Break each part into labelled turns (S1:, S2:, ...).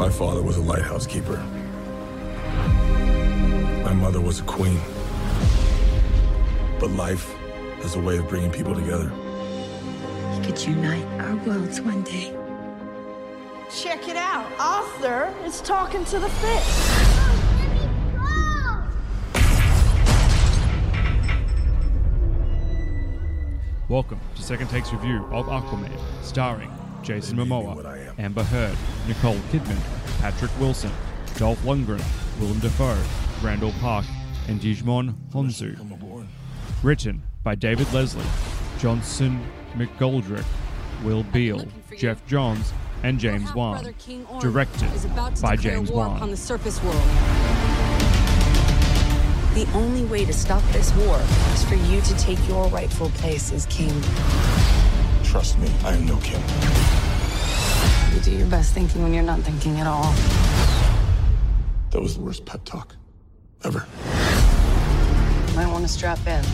S1: My father was a lighthouse keeper. My mother was a queen. But life has a way of bringing people together.
S2: He could unite our worlds one day.
S3: Check it out. Arthur is talking to the fish.
S4: Welcome to Second Takes review of Aquaman, starring Jason
S1: what I
S4: Momoa,
S1: am.
S4: Amber Heard, Nicole Kidman, Patrick Wilson, Dolph Lundgren, Willem Dafoe, Randall Park, and Digimon Honsu.
S1: Come aboard.
S4: Written by David Leslie, Johnson McGoldrick, Will Beal,
S5: looking for you.
S4: Jeff Johns, and James
S5: Half
S4: Wan.
S5: brother King Orm
S4: Directed
S5: is about to
S4: by
S5: declare
S4: James
S5: war
S4: Wan.
S5: on the surface world.
S2: The only way to stop this war is for you to take your rightful place as king.
S1: Trust me, I am no king.
S2: You do your best thinking when you're not thinking at all.
S1: That was the worst pep talk ever.
S2: You might want to strap in.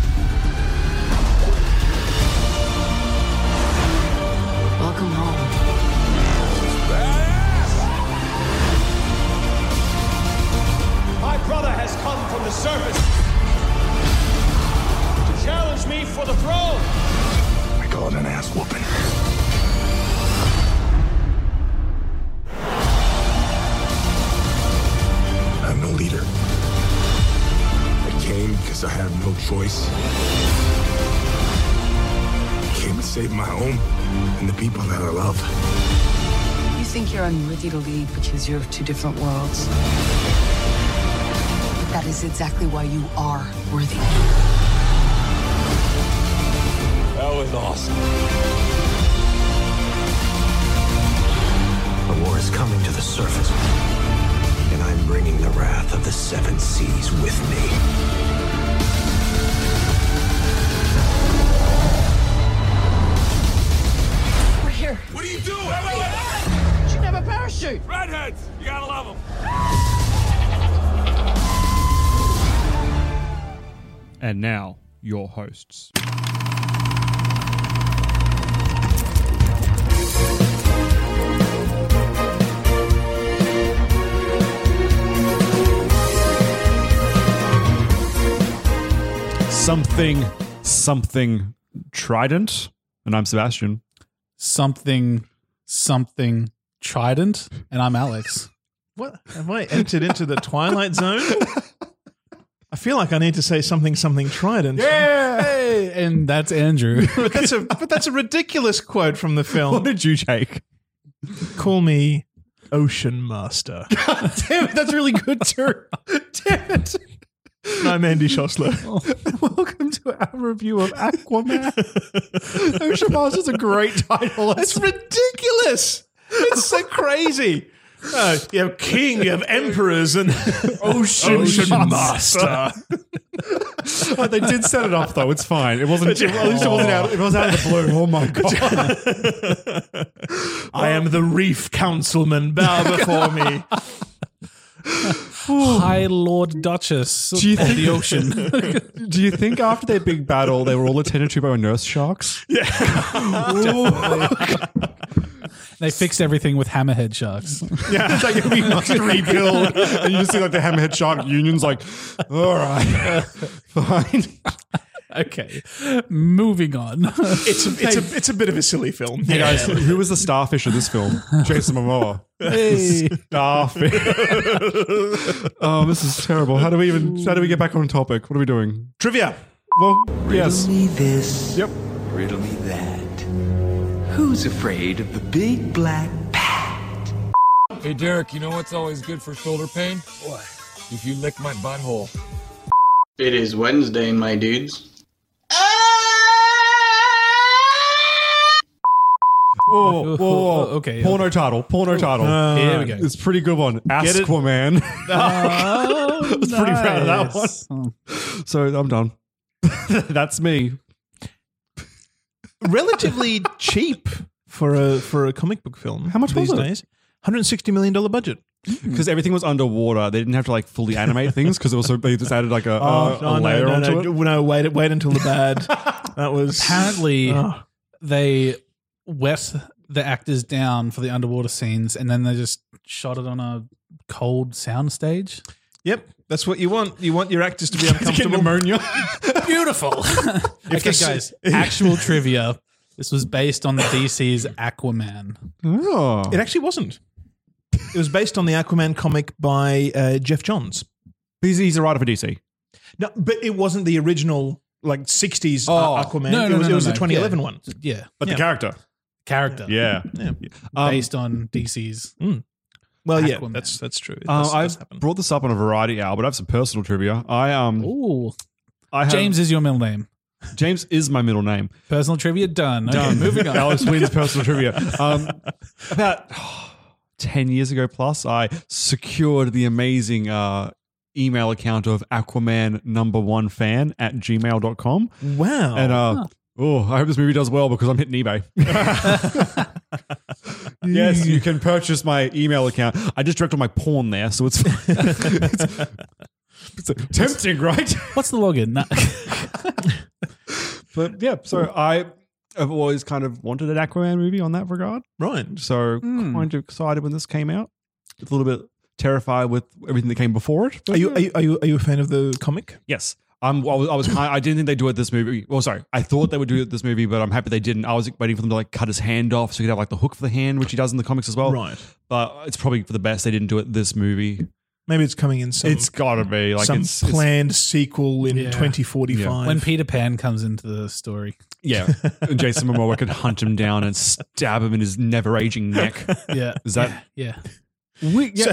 S2: Welcome home.
S6: My brother has come from the surface to challenge me for the throne.
S1: I call it an ass whooping. I'm no leader. I came because I had no choice. I came to save my home and the people that I love.
S2: You think you're unworthy to lead because you're of two different worlds. But that is exactly why you are worthy.
S1: That was awesome.
S7: A war is coming to the surface. And I'm bringing the wrath of the seven seas with me.
S3: We're here.
S1: What are you doing?
S3: You should have a parachute.
S1: Redheads! You gotta love them.
S4: And now, your hosts.
S8: something something trident and i'm sebastian
S9: something something trident and i'm alex
S6: What have I entered into the twilight zone? I feel like I need to say something, something trident.
S9: hey, and that's andrew
S6: But that's a but that's a ridiculous quote from the
S8: what
S6: film.
S8: did you take
S6: Call me Ocean Master.
S9: damn it that's really good too damn it
S6: I'm Andy Schossler.
S8: welcome to our review of aquaman
S9: ocean master is a great title
S6: It's ridiculous. It's so crazy. Oh, you have king, you have emperors, and
S8: ocean,
S6: master.
S8: But they did set it up though it's fine it wasn't at least it wasn't out it was out of the blue oh my god
S6: I am the reef councilman. Bow before me.
S9: high lord duchess
S8: Do you
S9: of
S8: think-
S9: the ocean
S8: do you think after their big battle they were all attended to by nurse sharks
S9: they fixed everything with hammerhead sharks
S8: yeah it's like we must rebuild and you just see like the hammerhead shark unions like all right fine
S9: okay moving on
S6: It's a, it's a it's a bit of a silly film.
S8: Hey guys, who was the starfish in this film? Jason Momoa.
S9: Hey.
S8: Starfish. oh, this is terrible. How do we even? How do we get back on topic? What are we doing?
S6: Trivia.
S8: Well, yes.
S7: Riddle me this.
S8: Yep.
S7: Riddle me that. Who's afraid of the big black
S10: Hey Derek, you know what's always good for shoulder pain? What? If you lick my butthole.
S7: It is Wednesday, my dudes.
S8: whoa, whoa, whoa, whoa.
S9: Oh, okay,
S8: Porno title. Porno title.
S9: Here we go.
S8: It's a pretty good one. Asquaman.
S9: Oh,
S8: I was pretty proud of that one.
S9: nice.
S8: So I'm done. That's me.
S6: Relatively cheap for a for a comic book film. How
S8: much
S6: these
S8: was it?
S6: days? Hundred sixty million dollar budget.
S8: Because everything was underwater. They didn't have to like fully animate things because it was so they just added like a,
S6: Uh,
S8: a, a layer
S6: Oh, no,
S8: onto
S6: no,
S8: it.
S6: no, no! Wait, wait until the bad. that was
S9: Apparently,
S6: Oh.
S9: they wet the actors down for the underwater scenes, and then they just shot it on a cold soundstage.
S6: Yep, that's what you want. You want your actors to be uncomfortable.
S8: pneumonia.
S9: Beautiful. okay,
S6: this-
S9: guys. Actual trivia. This was based on the DC's Aquaman.
S8: Oh.
S6: It actually wasn't. It was based on the Aquaman comic by uh, Jeff Johns.
S8: He's, he's a writer for DC.
S6: No, but it wasn't the original like '60s
S8: Oh.
S6: Aquaman.
S9: No,
S6: it
S9: no,
S6: was,
S9: no,
S6: it was
S9: no,
S6: the
S9: no.
S6: 2011
S9: Yeah.
S6: one.
S9: Yeah,
S8: But
S6: Yeah.
S8: the character.
S9: character
S8: Yeah.
S6: Yeah.
S8: Um,
S9: based on DC's.
S6: Well, yeah,
S9: Aquaman.
S6: that's that's true. It
S8: Uh,
S6: does- does
S8: I've
S6: happen.
S8: brought this up on a variety hour, but I have some personal trivia. I um,
S9: Ooh,
S8: I have,
S9: James is your middle name.
S8: James is my middle name. Um,
S9: Personal trivia done. Okay, moving on.
S8: Alex wins personal trivia. Um, about oh, ten years ago plus, I secured the amazing uh, email account of Aquaman number one fan at gmail.com.
S6: Wow.
S8: And uh, oh, I hope this movie does well because I'm hitting eBay. yes, you can purchase my email account. I just directed my porn there, so it's, it's, it's tempting, right?
S9: What's the login? No.
S8: But yeah, so I have always kind of wanted an Aquaman movie on that regard.
S6: right.
S8: So kind of excited when this came out. A little bit terrified with everything that came before it.
S6: Are you are you are you, are you a fan of the comic?
S8: Yes. Um, I was, I was kind I didn't think they'd do it this movie. Well, sorry, I thought they would do it this movie, but I'm happy they didn't. I was waiting for them to like cut his hand off so he could have like the hook for the hand, which he does in the comics as well.
S6: Right.
S8: But it's probably for the best they didn't do it this movie.
S6: Maybe it's coming in some
S8: it's gotta be like
S6: some
S8: it's, it's-
S6: planned sequel in
S9: Yeah.
S6: 2045.
S9: when Peter Pan comes into the story.
S8: yeah. And Jason Momoa could hunt him down and stab him in his never aging neck.
S9: Yeah.
S8: Is that
S9: Yeah.
S8: We, yeah.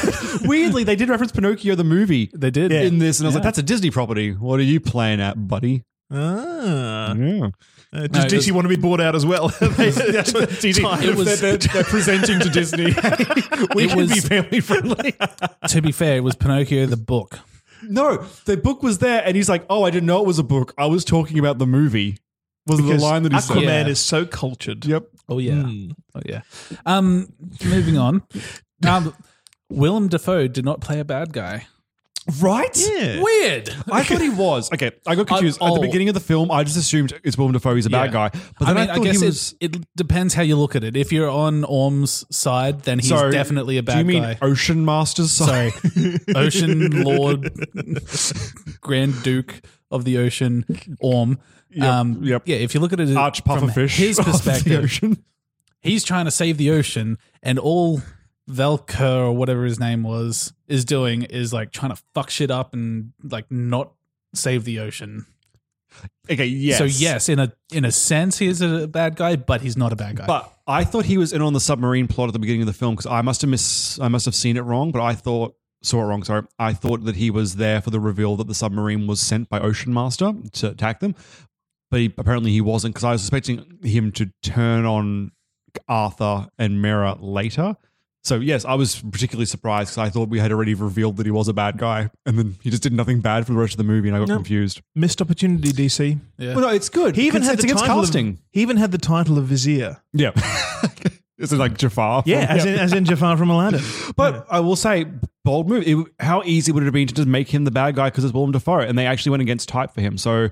S8: Weirdly, they did reference Pinocchio the movie. They
S9: did.
S8: in this, and I was like, "That's a Disney property. What are you playing at, buddy?"
S6: ah,
S8: Yeah,
S6: Uh, does
S9: it
S6: DC
S9: was-
S6: want to be bought out as well? That's what DC
S9: It was-
S6: they're, they're presenting to Disney. we
S9: It
S6: can
S9: was-
S6: be family friendly.
S9: to be fair, it was Pinocchio the book.
S8: no, the book was there, and he's like, "Oh, I didn't know it was a book. I was talking about the movie." Was the line that he
S6: Aquaman
S8: said?
S9: Yeah.
S6: is so cultured.
S8: Yep.
S9: Oh yeah.
S8: Hmm.
S9: Oh yeah. Um moving on. Um Willem Dafoe did not play a bad guy.
S8: Right.
S6: Yeah.
S9: Weird.
S8: I thought he was. Okay, I got confused
S9: I-
S8: at the
S9: oh.
S8: beginning of the film. I just assumed it's Willem Dafoe. He's a bad
S9: Yeah.
S8: guy, but then I,
S9: I mean, I,
S8: thought
S9: guess
S8: he
S9: it-
S8: was.
S9: it, depends how you look at it. If you're on Orm's side, then he's
S8: Sorry,
S9: definitely a bad
S8: Do you mean
S9: guy.
S8: Ocean Masters?
S9: Sorry. Ocean Lord Grand Duke of the Ocean Orm. um,
S8: yep.
S9: Yeah, if you look at it
S8: Arch
S9: from
S8: pufferfish.
S9: his
S8: of the
S9: perspective,
S8: ocean.
S9: he's trying to save the ocean, and all Velker or whatever his name was is doing is like trying to fuck shit up and like not save the ocean.
S8: Okay. Yes.
S9: So yes, in a in a sense, he is a bad guy, but he's not a bad guy.
S8: But I thought he was in on the submarine plot at the beginning of the film because I must have miss I must have seen it wrong, but I thought saw it wrong. Sorry, I thought that he was there for the reveal that the submarine was sent by Ocean Master to attack them, but he, apparently he wasn't because I was expecting him to turn on Arthur and Mera later. So yes, I was particularly surprised because I thought we had already revealed that he was a bad guy, and then he just did nothing bad for the rest of the movie, and I got confused.
S6: Missed opportunity, DC.
S9: yeah.
S8: Well, no, it's good.
S6: He even
S8: It's-
S6: had
S8: it's
S6: the
S8: against
S6: title of-
S8: casting.
S6: he even had the title of Vizier.
S8: yeah. Is it like Jafar?
S6: Yeah, as in as in Jafar from Aladdin.
S8: But I will say, bold move. It, how easy would it have been to just make him the bad guy because it's Willem Dafoe, and they actually went against type for him. So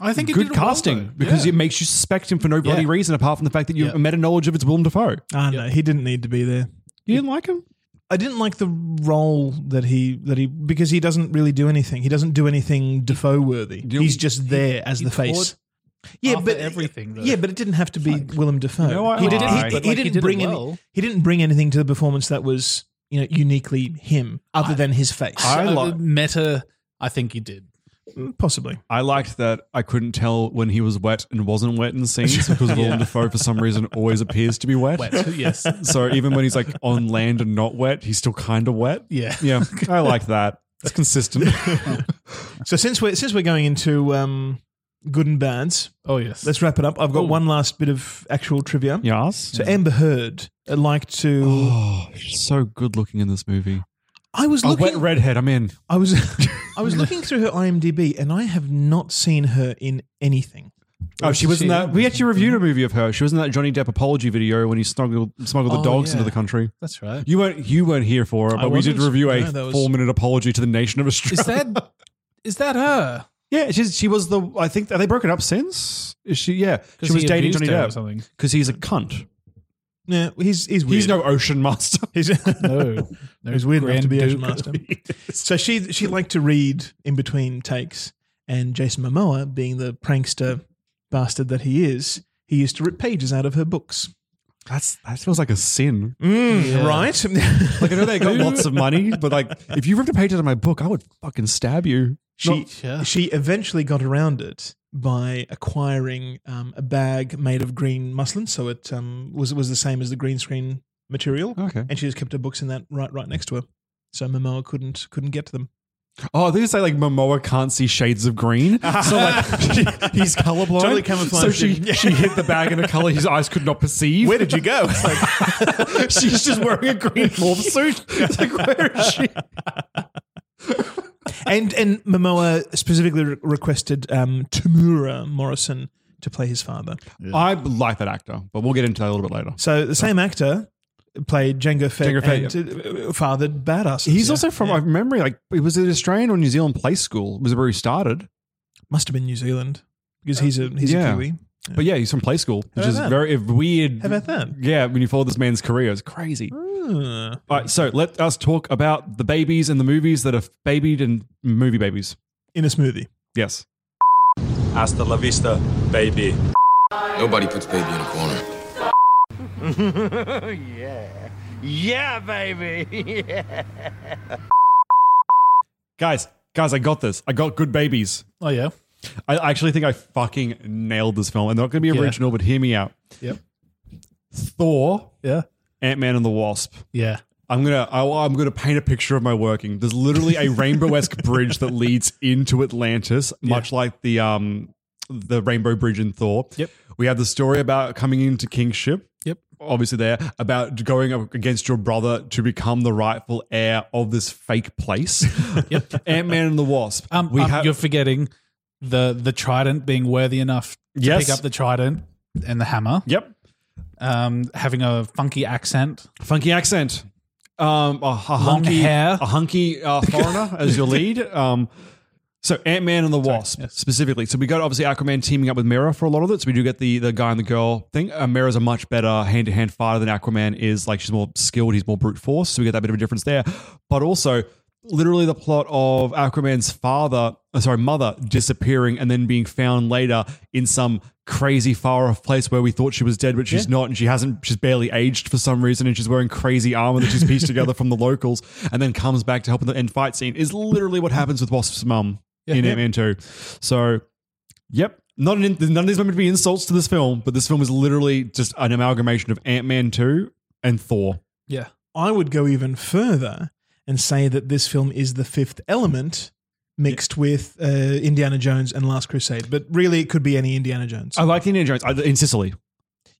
S9: I think it
S8: good
S9: did well,
S8: casting
S9: though.
S8: because
S9: Yeah.
S8: it makes you suspect him for no bloody
S9: Yeah.
S8: reason apart from the fact that you
S9: Yeah.
S8: have meta knowledge of it's Willem Dafoe.
S6: Ah, no, he didn't need to be there.
S8: You didn't like him.
S6: I didn't like the role that he that he because he doesn't really do anything. He doesn't do anything Defoe worthy.
S8: You-
S6: He's just there as
S9: he
S6: the face.
S9: taught
S6: Yeah,
S9: Arthur
S6: but
S9: everything, though.
S6: Yeah, but it didn't have to be Willem Dafoe.
S8: know, I
S6: he didn't.
S8: lied.
S6: He,
S8: But,
S6: he
S9: like, he
S6: didn't
S9: did it
S6: bring
S9: well.
S6: any, He didn't bring anything to the performance that was you know uniquely him, other than his face.
S8: I
S9: Uh,
S8: like.
S9: meta. I think he did.
S6: Possibly.
S8: I liked that I couldn't tell when he was wet and wasn't wet in scenes because Willem Dafoe, for some reason, always appears to be wet.
S9: Wet. yes.
S8: So even when he's like on land and not wet, he's still kind of wet.
S9: Yeah.
S8: Yeah, I like that. It's consistent.
S6: So since we're since we're going into um, good and bads.
S9: Oh, yes.
S6: Let's wrap it up. I've got
S9: Oh.
S6: one last bit of actual trivia.
S8: Yes.
S6: So Amber Heard uh, liked to.
S8: Oh, she's so good looking in this movie.
S6: I was
S8: a
S6: looking.
S8: wet redhead. I'm in.
S6: I was I was looking through her IMDb and I have not seen her in anything.
S8: Oh, she was in that. We actually reviewed a movie of her. She was in that Johnny Depp apology video when he snuggled, smuggled the
S6: Oh,
S8: dogs
S6: yeah.
S8: into the country.
S9: That's right.
S8: You weren't you weren't here for it,
S9: I
S8: but we did
S9: wasn't.
S8: review a
S9: No, that was-
S8: four minute apology to the nation of Australia.
S9: Is that is that her?
S8: Yeah, she's, she was the. I think are they broken up since? Is she? Yeah,
S9: 'Cause
S8: she was
S9: he
S8: dating
S9: abused
S8: Johnny
S9: her or
S8: Depp
S9: something.
S8: because he's a cunt.
S6: Yeah, he's he's weird.
S8: He's no ocean master.
S6: He's,
S9: No.
S6: It was weird enough to be Ocean
S9: Grand
S6: Master.
S9: Duke.
S6: so she she liked to read in between takes, and Jason Momoa, being the prankster bastard that he is, he used to rip pages out of her books.
S8: That's that feels like a sin.
S6: Mm, Right?
S8: Like I know they got lots of money, but like if you ripped a page out of my book, I would fucking stab you.
S6: she she eventually got around it by acquiring um, a bag made of green muslin, so it um, was was the same as the green screen material.
S8: Okay.
S6: and she just kept her books in that right right next to her, so Momoa couldn't couldn't get to them.
S8: Oh, they just say like Momoa can't see shades of green, so like she- he's colorblind.
S6: Totally camouflaged
S8: So she
S6: him. Yeah.
S8: she hit the bag in a color his eyes could not perceive.
S6: Where did you go? It's like,
S8: She's just wearing a green morph suit. It's like where is she?
S6: and and Momoa specifically re- requested um, Tamura Morrison to play his father.
S8: I like that actor, but we'll get into that a little bit later.
S6: So the same actor played Django Fett,
S8: Jango Fett,
S6: and uh, fathered badasses.
S8: He's
S6: Yeah.
S8: also from I remember like it was an Australian or New Zealand play school was where he started.
S6: must have been New Zealand because he's a he's
S8: Yeah.
S6: a Kiwi.
S8: But yeah, he's from play school, which
S6: about
S8: is
S6: that?
S8: very weird.
S6: How about that?
S8: Yeah, when you follow this man's career, it's crazy.
S6: Hmm.
S8: All right, so let us talk about the babies and the movies that are babied and movie babies.
S6: In a smoothie.
S8: Yes.
S7: Hasta la vista, baby.
S10: Nobody puts baby in a corner.
S8: Guys, guys, I got this. I got good babies.
S9: Oh yeah.
S8: I actually think I fucking nailed this film. And they're not going to be
S9: Yeah.
S8: original, but hear me out.
S9: Yep.
S8: Thor,
S9: Yeah.
S8: Ant Man, and the Wasp.
S9: Yeah.
S8: I'm gonna I, I'm gonna paint a picture of my working. There's literally a rainbow-esque bridge that leads into Atlantis, much like the um the Rainbow Bridge in Thor.
S9: Yep.
S8: We have the story about coming into kingship.
S9: Yep.
S8: Obviously, there about going up against your brother to become the rightful heir of this fake place.
S9: Yep.
S8: Ant Man and the Wasp.
S9: Um,
S8: we
S9: um,
S8: have
S9: you're forgetting the the trident being worthy enough to
S8: Yes.
S9: pick up the trident and the hammer.
S8: yep
S9: Um, having a funky accent.
S8: funky accent. Um, a, a hunky,
S9: hair.
S8: a hunky uh, foreigner as your lead. Um, so Ant Man and the Wasp specifically. So we got obviously Aquaman teaming up with Mera for a lot of it. So we do get the the guy and the girl thing. Uh, Mera's a much better hand to hand fighter than Aquaman is. Like she's more skilled. He's more brute force. So we get that bit of a difference there. But also. Literally, the plot of Aquaman's father, uh, sorry, mother disappearing and then being found later in some crazy far off place where we thought she was dead, but she's not, and she hasn't, she's barely aged for some reason, and she's wearing crazy armor that she's pieced together from the locals, and then comes back to help in the end fight scene is literally what happens with Wasp's mum in Ant Man 2. So, yep. Not an, in- none of these are meant to be insults to this film, but this film is literally just an amalgamation of Ant Man 2 and Thor.
S9: Yeah.
S6: I would go even further and say that this film is the fifth element mixed with uh, Indiana Jones and Last Crusade, but really it could be any Indiana Jones.
S8: I like Indiana Jones I- in Sicily.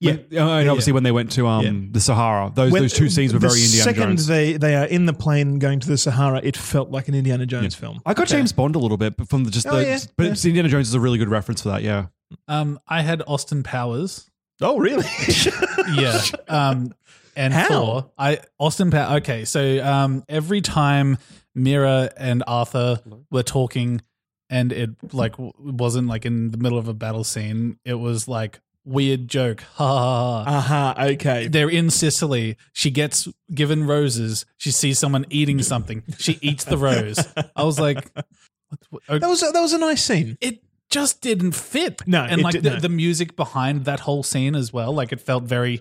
S6: Yeah.
S8: When- uh, and obviously when they went to um,
S6: Yeah.
S8: the Sahara, those
S6: When-
S8: those two scenes were
S6: the
S8: very Indiana
S6: second
S8: Jones.
S6: they they are in the plane going to the Sahara, it felt like an Indiana Jones film.
S8: I got James Bond a little bit, but from the, just
S6: Oh,
S8: the,
S6: yeah,
S8: but
S6: yeah.
S8: it's Indiana Jones is a really good reference for that. Yeah,
S9: Um, I had Austin Powers.
S6: Oh, really?
S9: yeah. Um, and
S6: How?
S9: Thor. I Austin Power. Okay, so um, every time Mira and Arthur were talking, and it like w- wasn't like in the middle of a battle scene. It was like weird joke. Ha ha. ha.
S6: Aha, Uh-huh, okay.
S9: They're in Sicily. She gets given roses. She sees someone eating something. She eats the rose. I was like, what, what-
S6: That was a, that was a nice scene.
S9: it just didn't fit.
S6: No,
S9: and
S6: it
S9: like
S6: did-
S9: the,
S6: no.
S9: the music behind that whole scene as well, like it felt very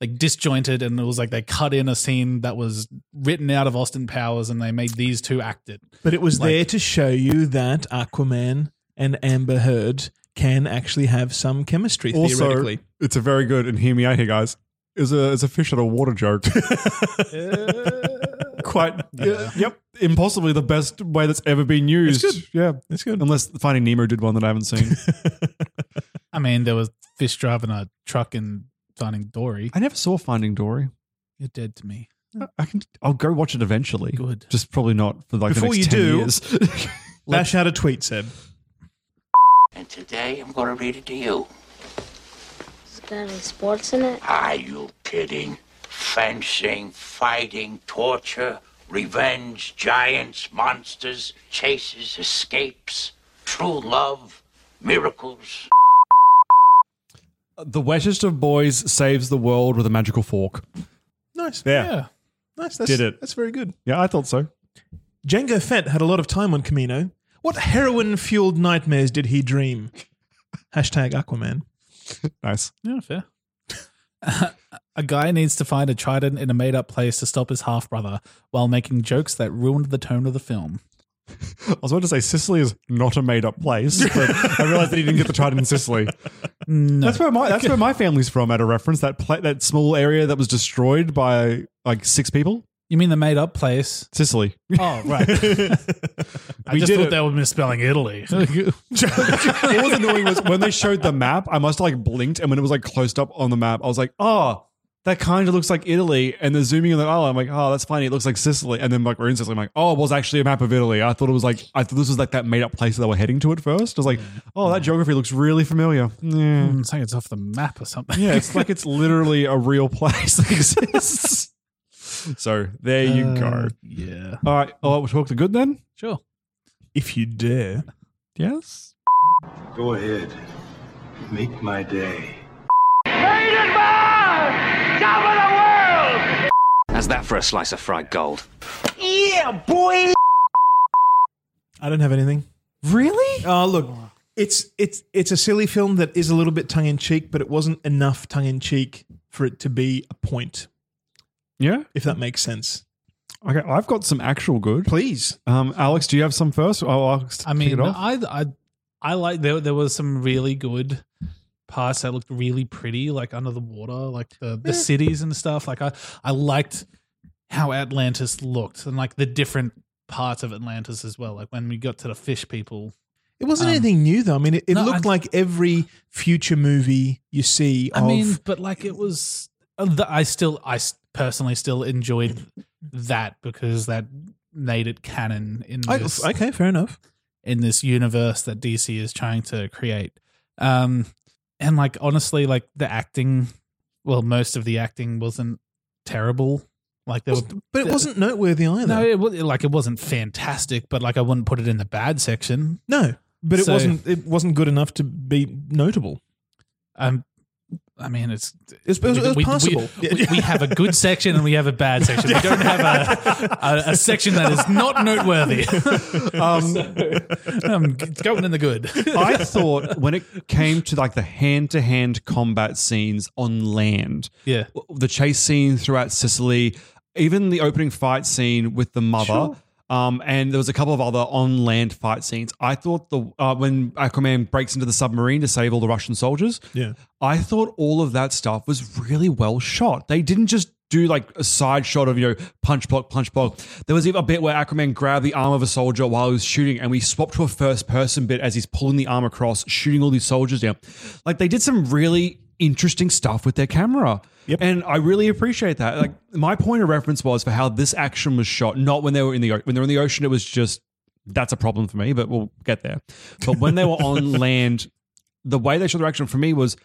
S9: like disjointed, and it was like they cut in a scene that was written out of Austin Powers, and they made these two act it.
S6: But it was
S9: Like-
S6: there to show you that Aquaman and Amber Heard can actually have some chemistry
S8: also
S6: theoretically.
S8: it's a very good and hear me out here, guys. is a is a fish out of water joke. Quite. Yep. Impossibly the best way that's ever been used. Yeah,
S11: it's good.
S8: Unless Finding Nemo did one that I haven't seen.
S6: I mean, there was fish driving a truck and finding Dory.
S8: I never saw Finding Dory.
S6: You're dead to me.
S8: I- I can. I'll go watch it eventually.
S6: Good.
S8: Just probably not for like
S11: Before
S8: the
S11: you
S8: next ten
S11: do,
S8: years.
S11: lash out a tweet, Seb.
S1: And today I'm going to read it to you.
S9: Is there any sports in it?
S1: Are you kidding? Fencing, fighting, torture, revenge, giants, monsters, chases, escapes, true love, miracles.
S8: the wettest of boys saves the world with a magical fork.
S11: Nice.
S8: Yeah.
S11: Nice. That's,
S8: Did it.
S11: That's very good.
S8: Yeah, I thought so.
S11: Django Fett had a lot of time on Camino. What heroin fueled nightmares did he dream? Hashtag Aquaman.
S8: nice.
S6: Yeah, fair. a guy needs to find a trident in a made up place to stop his half brother while making jokes that ruined the tone of the film.
S8: I was about to say Sicily is not a made up place, but I realized that he didn't get the trident in Sicily. That's where my that's where my family's from. At a reference that pla- that small area that was destroyed by like six people,
S6: You mean the made up place?
S8: Sicily.
S6: Oh, right. I
S8: We
S6: just
S8: did
S6: thought
S8: it.
S6: they were misspelling Italy.
S8: what was annoying was when they showed the map, I must have like blinked, and when it was like closed up on the map, I was like, oh, that kind of looks like Italy. And they're zooming in on the island. I'm like, oh, that's funny. It looks like Sicily. And then like we're in Sicily. I'm like, oh, it was actually a map of Italy. I thought it was like I thought this was like that made up place that we're heading to at first. I was like, oh, that geography looks really familiar. Yeah.
S6: Mm, It's like it's off the map or something.
S8: Yeah, it's like it's literally a real place that exists. so there you go.
S6: Uh, Yeah.
S8: All right. Oh, we'll talk the good then?
S6: Sure.
S11: If you dare.
S8: Yes.
S12: Go ahead. Make my day.
S1: How's that for a slice of fried gold?
S13: Yeah, boy!
S11: I don't have anything.
S8: Really?
S11: Oh, look. It's it's it's a silly film that is a little bit tongue in cheek, but it wasn't enough tongue in cheek for it to be a point,
S8: Yeah.
S11: if that makes sense.
S8: Okay, I've got some actual good.
S11: Please.
S8: Um, Alex, do you have some first? I'll ask.
S6: I mean, I, I, I like there. There was some really good parts that looked really pretty, like under the water, like the the cities and stuff. Like I, I liked how Atlantis looked and like the different parts of Atlantis as well. Like when we got to the fish people.
S11: It wasn't
S6: Um,
S11: anything new though. I mean, it, it
S6: no,
S11: looked
S6: I-
S11: like every future movie you see.
S6: I
S11: of,
S6: mean, but like it was. uh, the- I still, I s- personally still enjoyed that because that made it canon in
S11: I-
S6: this.
S11: okay, fair enough.
S6: in this universe that DC is trying to create. Um, and like honestly, like the acting, well, most of the acting wasn't terrible. Like there were,
S11: But it wasn't noteworthy either.
S6: no, it, wa- like it wasn't fantastic, but like I wouldn't put it in the bad section.
S11: No, but it
S6: So-
S11: wasn't. It wasn't good enough to be notable.
S6: Um, I mean, it's
S11: It's- it was- it was passable.
S6: We, we- we have a good section and we have a bad section. We don't have a a, a section that is not noteworthy. um, it's going in the good.
S8: I thought when it came to like the hand to hand combat scenes on land,
S6: Yeah.
S8: the chase scene throughout Sicily, even the opening fight scene with the mother.
S6: Sure.
S8: Um, and there was a couple of other on land fight scenes. I thought the uh, when Aquaman breaks into the submarine to save all the Russian soldiers,
S11: Yeah.
S8: I thought all of that stuff was really well shot. They didn't just do like a side shot of, you know, punch block, punch block. There was even a bit where Aquaman grabbed the arm of a soldier while he was shooting, and we swapped to a first person bit as he's pulling the arm across, shooting all these soldiers down. Like they did some really interesting stuff with their camera. Yep. And I really appreciate that. Like my point of reference was for how this action was shot, not when they were in the o- when they were in the ocean, it was just that's a problem for me, but we'll get there. But when they were on land, the way they showed their action for me was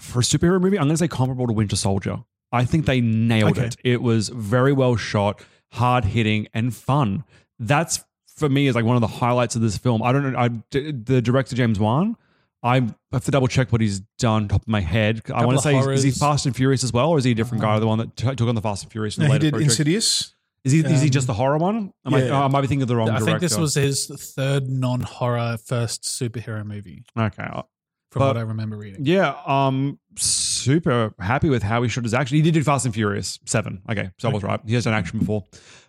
S8: for a superhero movie, I'm going to say comparable to Winter Soldier. I think they nailed
S11: Okay.
S8: it. It was very well shot, hard hitting, and fun. That's for me is like one of the highlights of this film. I don't know. I, the director James Wan. I have to double check what he's done top of my head. I
S6: Couple
S8: want to
S6: of
S8: say is he
S6: horrors. Uh-huh.
S8: Fast and Furious as well, or is he a different guy? The one that t- took on the Fast and Furious.
S11: No,
S8: And
S11: he
S8: the later
S11: did
S8: projects?
S11: Insidious.
S8: Is he is he
S6: Um,
S8: just the horror one? Am I,
S11: yeah.
S8: oh, I might be thinking of the wrong.
S6: I
S8: director.
S6: think this was his third non-horror first superhero movie,
S8: okay.
S6: from
S8: But-
S6: what I remember reading.
S8: Yeah, um, super happy with how he shot his action. He did do Fast and Furious Seven. Okay, so I was right. He has done action before,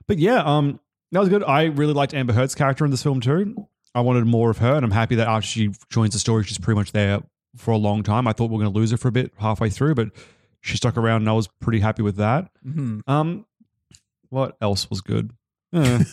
S8: but yeah, um, that was good. I really liked Amber Heard's character in this film too. I wanted more of her, and I'm happy that after she joins the story, she's pretty much there for a long time. I thought we are going to lose her for a bit halfway through, but she stuck around, and I was pretty happy with that.
S6: Mhm.
S8: Um, what else was good? Eh.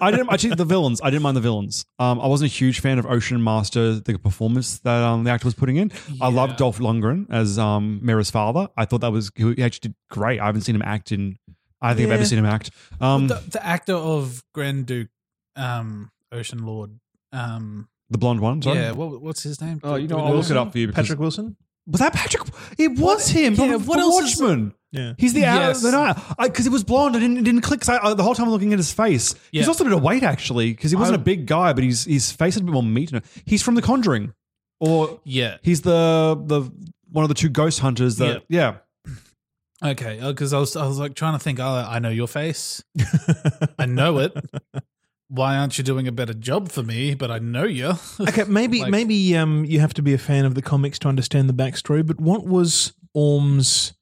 S8: I didn't actually the villains. I didn't mind the villains. Um, I wasn't a huge fan of Ocean Master, the performance that um the actor was putting in. I loved Dolph Lundgren as um Mira's father. I thought that was he actually did great. I haven't seen him act in. I don't think I've
S6: Yeah.
S8: ever seen him act. Um,
S6: the, the actor of Grand Duke, um, Ocean Lord, um,
S8: the blonde one. Sorry.
S6: yeah, what, what's his name?
S8: Oh, you know, I'll look it up for you. Because
S9: Patrick Wilson.
S8: Was that Patrick? It was him.
S6: yeah,
S8: from,
S6: what
S8: from
S6: else is-
S8: Watchmen.
S9: Yeah.
S8: He's the out
S6: Yes.
S8: of the night because it was blonde. I didn't it didn't click. 'cause I, I- the whole time I'm looking at his face.
S6: Yeah.
S8: He's lost a bit of weight actually because he wasn't
S6: I-
S8: a big guy, but he's his face had a bit more meat. In it. He's from The Conjuring, or
S6: Yeah.
S8: he's the the one of the two ghost hunters that yeah.
S6: Okay, because I was I was like trying to think. Oh, I know your face. I know it. Why aren't you doing a better job for me? But I know you.
S9: Okay, maybe
S6: Like-
S9: maybe um, you have to be a fan of the comics to understand the backstory. But what was Orm's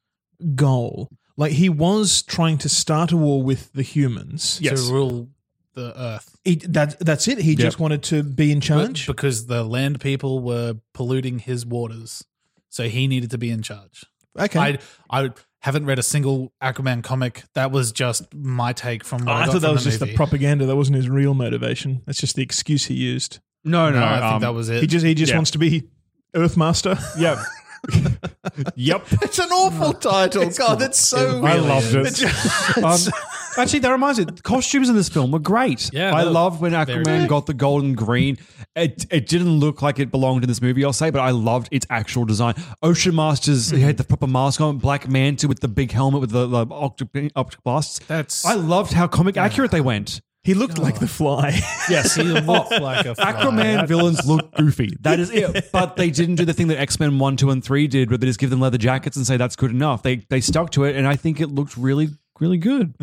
S9: goal? Like he was trying to start a war with the humans.
S6: To rule the earth.
S9: He, that that's it. He just wanted to be in charge.
S6: But- because the land people were polluting his waters, so he needed to be in charge.
S9: Okay.
S6: I I haven't read a single Aquaman comic. That was just my take from. What
S9: Oh,
S6: I,
S9: I
S6: got
S9: thought that
S6: from
S9: was
S6: the
S9: just the
S6: movie.
S9: propaganda. That wasn't his real motivation. That's just the excuse he used.
S8: No, no,
S6: No, I think
S8: um,
S6: that was it.
S9: He just he just
S8: Yeah.
S9: wants to be Earthmaster.
S8: Yeah. yep.
S14: It's an awful title. God, that's so.
S8: I loved it.
S14: It's-
S8: Um, actually, that reminds me. The costumes in this film were great.
S6: Yeah,
S8: I
S6: they were
S8: love when
S6: very
S8: Aquaman
S6: good.
S8: got the golden green. It it didn't look like it belonged in this movie, I'll say, but I loved its actual design. Ocean Masters he had the proper mask on, black manta with the big helmet with the, the octop- octopuses.
S6: That's
S8: I loved how comic accurate they went.
S9: He looked like the fly.
S8: Yes,
S6: he looked like a fly.
S8: Aquaman villains look goofy. That is it. But they didn't do the thing that X Men One, Two, and Three did, where they just give them leather jackets and say that's good enough. They they stuck to it, and I think it looked really really good.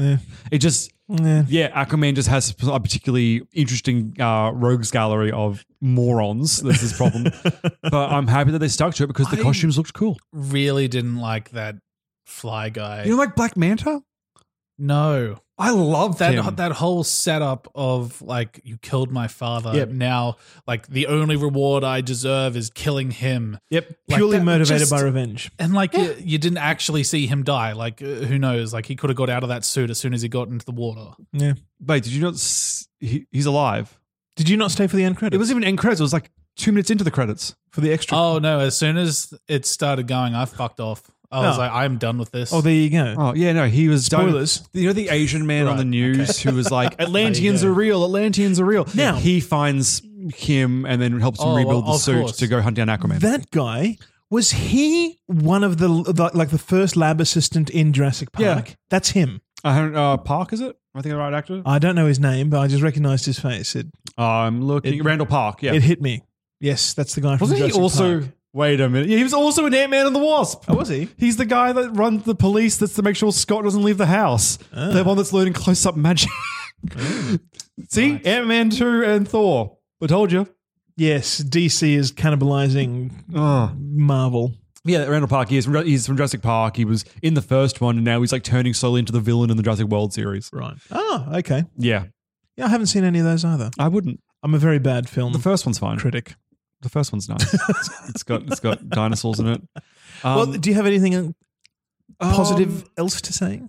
S8: It just
S9: Yeah.
S8: yeah. Aquaman just has a particularly interesting uh, rogues gallery of morons. That's his problem. but I'm happy that they stuck to it because the
S6: I-
S8: costumes looked cool.
S6: really didn't like that fly guy.
S8: You know, like Black Manta.
S6: no.
S8: I love
S6: that
S8: him.
S6: that whole setup of like you killed my father.
S9: Yep.
S6: Now, like the only reward I deserve is killing him.
S8: Yep.
S6: Like,
S9: Purely
S6: that
S9: motivated
S6: just-
S9: by revenge.
S6: And like you, you didn't actually see him die. Like uh, who knows? Like he could have got out of that suit as soon as he got into the water.
S9: Yeah.
S8: Wait, did you not? S- he, he's alive.
S9: Did you not stay for the end credits?
S8: It was even end credits. It was like two minutes into the credits.
S9: for the extra.
S6: Oh no! As soon as it started going, I fucked off. I was
S9: Oh.
S6: like, I'm done with this.
S9: Oh, there you go.
S8: Oh yeah, no, he was
S9: Spoilers.
S8: You know the Asian man on the news who was like, "Atlanteans
S6: There
S8: are
S6: you
S8: real. Atlanteans are real."
S9: Now-
S8: he finds him and then helps him
S6: Oh,
S8: rebuild the
S6: well, of
S8: suit
S6: course.
S8: to go hunt down Aquaman.
S9: That guy was he one of the, the like the first lab assistant in Jurassic Park?
S8: Yeah.
S9: That's him.
S8: I haven't- uh, Park is it? Am I think the right actor.
S9: I don't know his name, but I just recognized his face. It
S8: I'm looking.
S9: It-
S8: Randall Park. Yeah,
S9: it hit me. Yes, that's the guy. From
S8: wasn't he
S9: Jurassic
S8: also?
S9: Park.
S8: Wait a minute. Yeah, he was also an Ant Man and the Wasp.
S9: Oh, was he?
S8: He's the guy that runs the police. That's to make sure Scott doesn't leave the house. The one that's learning close up magic. See, Ant Man two and Thor. I told you.
S9: Yes, DC is cannibalizing
S8: Oh.
S9: Marvel.
S8: Yeah, Randall Park. He is from, he's from Jurassic Park. He was in the first one, and now he's like turning slowly into the villain in the Jurassic World series.
S9: Right. Oh, okay.
S8: Yeah,
S9: Yeah, I haven't seen any of those either.
S8: I wouldn't.
S9: I'm a very bad film
S8: The first one's fine.
S9: critic.
S8: The first one's nice. it's, it's got it's got dinosaurs in it. Um,
S9: well, do you have anything positive
S8: um,
S9: else to say?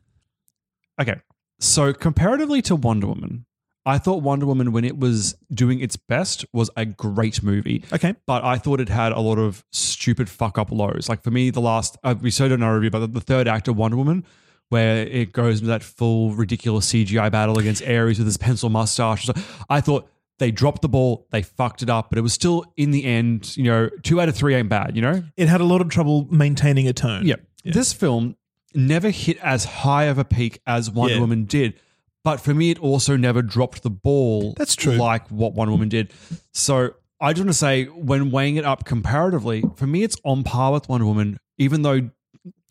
S8: okay, so comparatively to Wonder Woman, I thought Wonder Woman, when it was doing its best, was a great movie.
S9: Okay.
S8: but I thought it had a lot of stupid fuck up lows. Like for me, the last uh, we so did our review, but the, the third act of Wonder Woman, where it goes into that full ridiculous CGI battle against Ares with his pencil mustache. So I thought they dropped the ball, they fucked it up, but it was still in the end. You know, two out of three ain't bad. You know,
S9: It had a lot of trouble maintaining a tone.
S8: yeah. This film never hit as high of a peak as Wonder
S9: Yeah.
S8: Woman did. But for me, it also never dropped the ball.
S9: That's true.
S8: Like what Wonder Woman did. So I just want to say, when weighing it up comparatively, for me, it's on par with Wonder Woman, even though.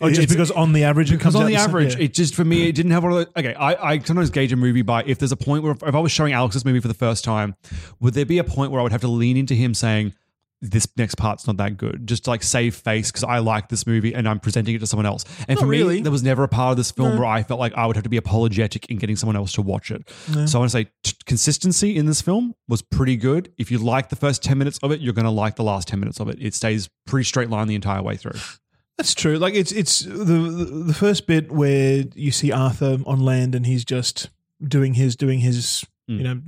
S9: Oh, just
S8: it's-
S9: because on the average it
S8: because
S9: comes
S8: on
S9: out
S8: the
S9: same-
S8: average,
S9: yeah.
S8: it just for me, it didn't have one of those. Okay, I, I sometimes gauge a movie by if there's a point where if I was showing Alex this movie for the first time, would there be a point where I would have to lean into him saying, "This next part's not that good," just to like save face because I like this movie and I'm presenting it to someone else. And for
S9: really.
S8: me, there was never a part of this film
S9: No.
S8: where I felt like I would have to be apologetic in getting someone else to watch it. So I want to say t- consistency in this film was pretty good. If you like the first ten minutes of it, you're going to like the last ten minutes of it. It stays pretty straight line the entire way through.
S6: That's true. Like it's it's the the the first bit where you see Arthur on land and he's just doing his doing his
S8: Mm.
S6: you know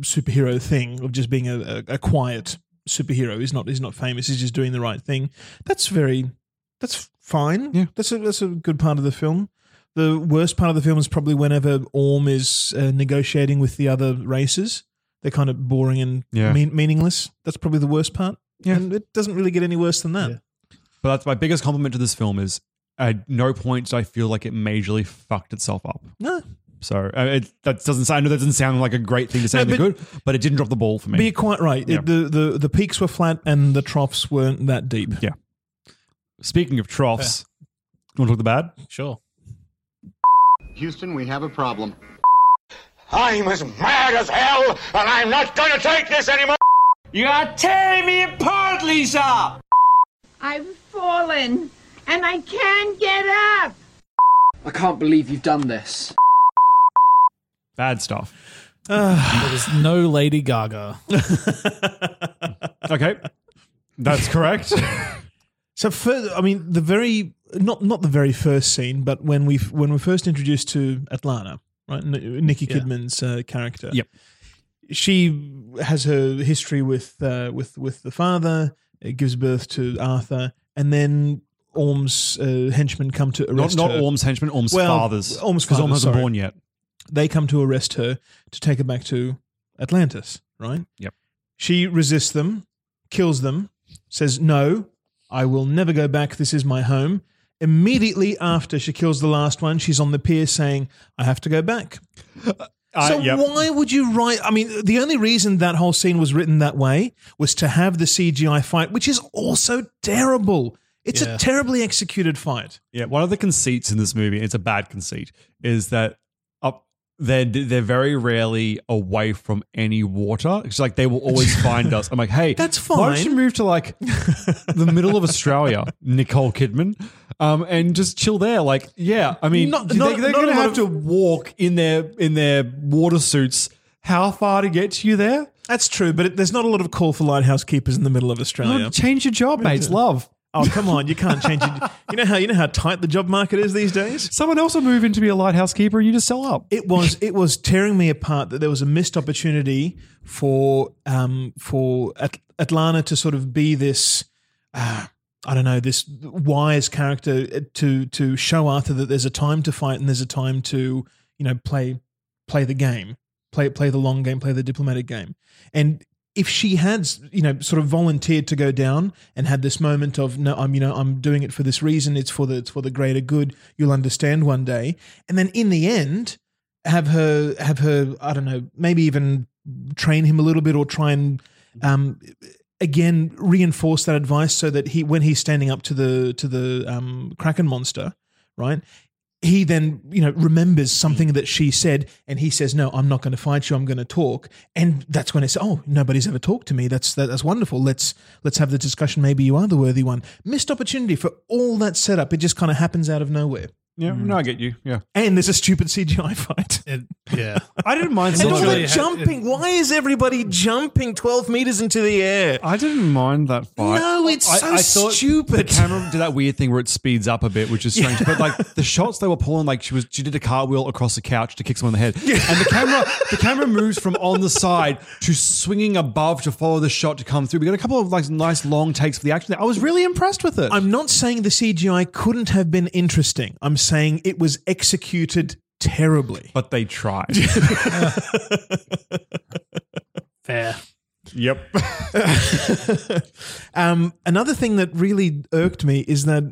S6: superhero thing of just being a, a, a quiet superhero. He's not he's not famous. He's just doing the right thing. That's very that's fine. Yeah, that's a that's a good part of the film. The worst part of the film is probably whenever Orm is uh, negotiating with the other races. They're kind of boring and
S8: Yeah.
S6: mean, meaningless. That's probably the worst part.
S8: Yeah.
S6: and it doesn't really get any worse than that.
S8: But that's my biggest compliment to this film is at no point did I feel like it majorly fucked itself up.
S6: No.
S8: So uh, it, that doesn't sound. I know that doesn't sound like a great thing to say.
S6: No,
S8: in the
S6: but-
S8: good, but it didn't drop the ball for me.
S6: But you're quite right. It-
S8: Yeah.
S6: the, the the peaks were flat and the troughs weren't that deep.
S8: Yeah. Speaking of troughs, do you want to talk the bad?
S9: Sure.
S15: Houston, we have a problem.
S16: I'm as mad as hell, and I'm not gonna take this anymore! You are tearing me apart, Lisa!
S3: I've fallen and I can't get up.
S17: I can't believe you've done this.
S8: Bad stuff.
S9: there was no Lady Gaga.
S8: okay, that's correct.
S6: so, further, I mean, the very not not the very first scene, but when we when we're first introduced to Atlanta, right? N- Nikki
S8: Yeah.
S6: Kidman's uh, character.
S8: Yep.
S6: She has her history with uh, with with the father. It gives birth to Arthur, and then Orm's uh, henchmen come to
S8: Not,
S6: arrest
S8: not
S6: her.
S8: Orm's henchmen, Orm's
S6: Well,
S8: fathers.
S6: Orm's
S8: Because Orm
S6: fathers,
S8: hasn't
S6: sorry.
S8: born yet.
S6: They come to arrest her to take her back to Atlantis, right?
S8: Yep.
S6: She resists them, kills them, says, No, I will never go back. This is my home. Immediately after she kills the last one, she's on the pier saying, I have to go back.
S8: I-
S6: so
S8: yep.
S6: why would you write? I mean, the only reason that whole scene was written that way was to have the CGI fight, which is also terrible. It's
S8: Yeah.
S6: a terribly executed fight.
S8: Yeah, one of the conceits in this movie, it's a bad conceit, is that up they're they're very rarely away from any water. It's like they will always find us. I'm like, hey,
S6: That's
S8: Why don't you
S6: fine.
S8: move to like the middle of Australia, Nicole Kidman, um, and just chill there? Like, yeah, I mean,
S6: Not-
S8: they,
S6: not-
S8: they're
S6: not
S8: going
S6: a
S8: to
S6: lot
S8: have
S6: of-
S8: to walk in their in their water suits. How far to get to you there?
S6: That's true, but it, there's not a lot of call for lighthouse keepers in the middle of Australia.
S8: No, change your job, mate. It's love.
S6: Oh come on, you can't change it. You know how you know how tight the job market is these days.
S8: Someone else will move in to be a lighthouse keeper, and you just sell up.
S6: It was it was tearing me apart that there was a missed opportunity for um for At- Atlanta to sort of be this uh, I don't know this wise character uh, to to show Arthur that there's a time to fight and there's a time to you know play play the game play play the long game play the diplomatic game and if she had you know sort of volunteered to go down and had this moment of no i'm you know i'm doing it for this reason it's for the it's for the greater good you'll understand one day and then in the end have her have her i don't know maybe even train him a little bit or try and um again reinforce that advice so that he when he's standing up to the to the um kraken monster right he then you know remembers something that she said and he says no i'm not going to fight you i'm going to talk and that's when it's oh nobody's ever talked to me that's that, that's wonderful let's let's have the discussion maybe you are the worthy one missed opportunity for all that setup it just kind of happens out of nowhere
S8: Yeah, no, I get you. Yeah.
S6: and there's a stupid cgi fight
S9: Yeah.
S8: I didn't mind
S6: and all
S8: Literally
S6: the
S8: had-
S6: jumping why is everybody jumping 12 meters into the air
S8: I didn't mind that fight.
S6: No, it's so
S8: thought
S6: stupid.
S8: The camera did that weird thing where it speeds up a bit, which is strange. But like the shots they were pulling, like she was, she did a cartwheel across the couch to kick someone in the head, and the camera, the camera moves from on the side to swinging above to follow the shot to come through. We got a couple of like nice long takes for the action. there. I was really impressed with it.
S6: I'm not saying the CGI couldn't have been interesting. I'm saying it was executed terribly.
S8: But they tried.
S9: Fair.
S8: Yep.
S6: um, another thing that really irked me is that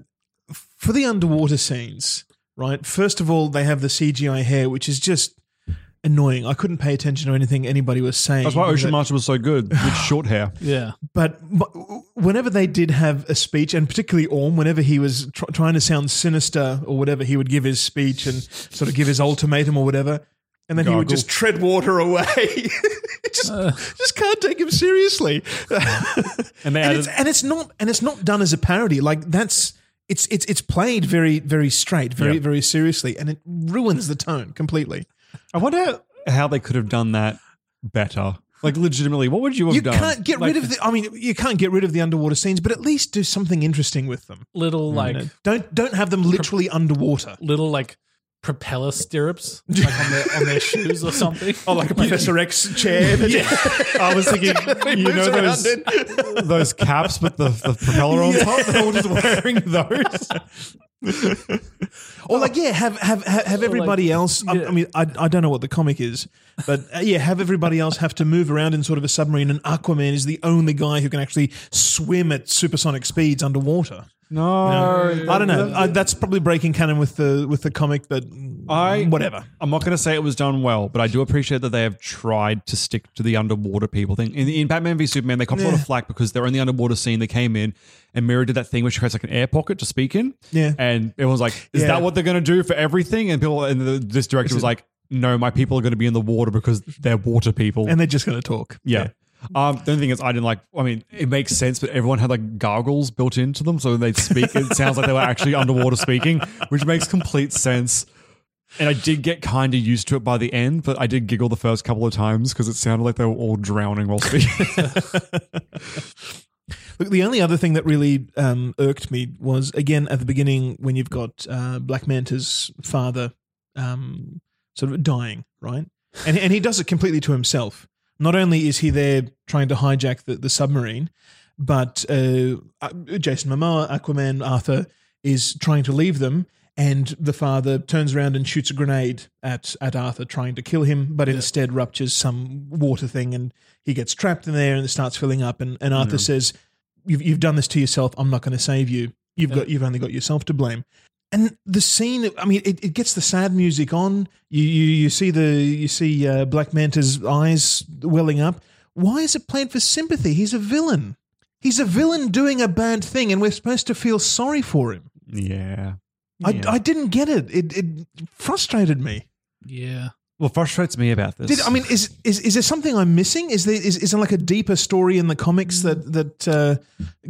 S6: for the underwater scenes, right? First of all, they have the CGI hair, which is just annoying. I couldn't pay attention to anything anybody was saying.
S8: That's why Ocean
S6: That-
S8: Master was so good with short hair.
S9: Yeah.
S6: But but whenever they did have a speech, and particularly Orm, whenever he was tr- trying to sound sinister or whatever, he would give his speech and sort of give his ultimatum or whatever, and then he would
S8: Gargle.
S6: just tread water away. just, just can't take him seriously.
S8: And they
S6: and
S8: added-
S6: it's, and it's not and it's not done as a parody. Like that's it's it's it's played very very straight, very
S8: Yeah.
S6: very seriously, and it ruins the tone completely.
S8: I wonder how they could have done that better. Like legitimately, what would you have
S6: You
S8: done?
S6: can't get
S8: Like-
S6: rid of the. I mean, you can't get rid of the underwater scenes, but at least do something interesting with them.
S9: Little
S6: You
S9: like
S6: know, don't don't have them literally underwater.
S9: little like propeller stirrups like on their on their shoes or something.
S6: Oh, like a Professor X chair.
S9: yeah.
S8: I was thinking, you know those those caps with the, the propeller on top. They're all just wearing those.
S6: Or like, yeah, have have have, have everybody else. I, I mean, I, I don't know what the comic is, but uh, yeah, have everybody else have to move around in sort of a submarine, and Aquaman is the only guy who can actually swim at supersonic speeds underwater.
S8: No,
S6: You know? I don't know. I, that's probably breaking canon with the with the comic, but
S8: I
S6: whatever.
S8: I'm not going to say it was done well, but I do appreciate that they have tried to stick to the underwater people thing. In, in Batman v Superman, they caught a lot
S6: Yeah.
S8: of flack because they're in the underwater scene. They came in and Mira did that thing where she has like an air pocket to speak in.
S6: Yeah.
S8: and it was like, is
S6: Yeah.
S8: that what they're going to do for everything? And people, and the, this director was like, no, my people are going to be in the water because they're water people.
S6: and they're just going to talk.
S8: Yeah. Um, the only thing is, I didn't like. I mean, it makes sense, but everyone had like gargles built into them, so when they speak, it sounds like they were actually underwater speaking, which makes complete sense. And I did get kind of used to it by the end, but I did giggle the first couple of times because it sounded like they were all drowning while speaking.
S6: Look, the only other thing that really um, irked me was again at the beginning when you've got uh, Black Manta's father um, sort of dying, right? And and he does it completely to himself. Not only is he there trying to hijack the, the submarine, but uh, uh, Jason Momoa, Aquaman, Arthur is trying to leave them, and the father turns around and shoots a grenade at at Arthur, trying to kill him, but instead ruptures some water thing, and he gets trapped in there, and it starts filling up, and, and Arthur
S8: Yeah.
S6: says, "You've you've done this to yourself. I'm not going to save you. You've got you've only got yourself to blame." And the scene, I mean, it, it gets the sad music on. You you, you see the you see uh, Black Manta's eyes welling up. Why is it played for sympathy? He's a villain. He's a villain doing a bad thing, and we're supposed to feel sorry for him.
S8: yeah.
S6: I,
S8: Yeah.
S6: I didn't get it. It it frustrated me.
S9: Yeah.
S8: What frustrates me about this?
S6: Did I mean is is is there something I'm missing? Is there is, is there like a deeper story in the comics that that uh,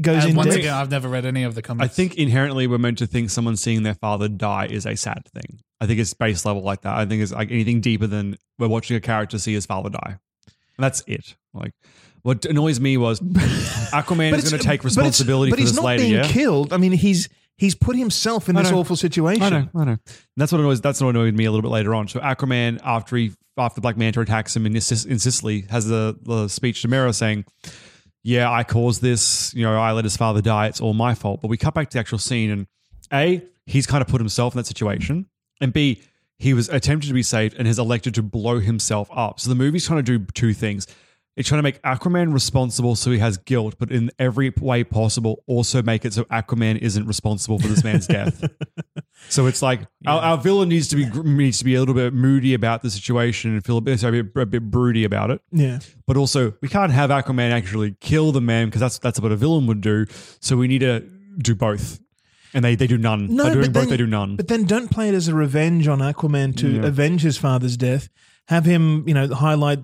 S6: goes
S9: And
S6: in
S9: once
S6: depth?
S9: again, I've never read any of the
S8: I
S9: comics.
S8: think inherently we're meant to think someone seeing their father die is a sad thing. I think it's base level like that. I think it's like anything deeper than we're watching a character see his father die. And that's it. Like what annoys me was Aquaman
S6: But
S8: is
S6: it's-
S8: going to take
S6: but it's-
S8: responsibility
S6: but
S8: for
S6: he's
S8: this
S6: not
S8: later.
S6: being
S8: yeah?
S6: killed. I mean, he's he's put himself in
S8: I
S6: this
S8: know.
S6: awful situation.
S8: I know, I know. And that's what annoys. That's what annoyed me a little bit later on. So Aquaman, after he, after Black Manta attacks him in, Sis- in Sicily, has the, the speech to Mera saying, "Yeah, I caused this. You know, I let his father die. It's all my fault." But we cut back to the actual scene, and a he's kind of put himself in that situation, and b he was attempted to be saved and has elected to blow himself up. So the movie's trying to do two things. It's trying to make Aquaman responsible so he has guilt, but in every way possible, also make it so Aquaman isn't responsible for this man's death. So it's like our, our villain needs to be needs to be a little bit moody about the situation and feel a bit, sorry, a bit, a bit broody about it.
S6: Yeah.
S8: But also, we can't have Aquaman actually kill the man because that's that's what a villain would do. So we need to do both, and they they do none.
S6: No,
S8: They're doing
S6: but
S8: both.
S6: then-
S8: They do none.
S6: But then don't play it as a revenge on Aquaman to
S8: Yeah.
S6: avenge his father's death. Have him, you know, highlight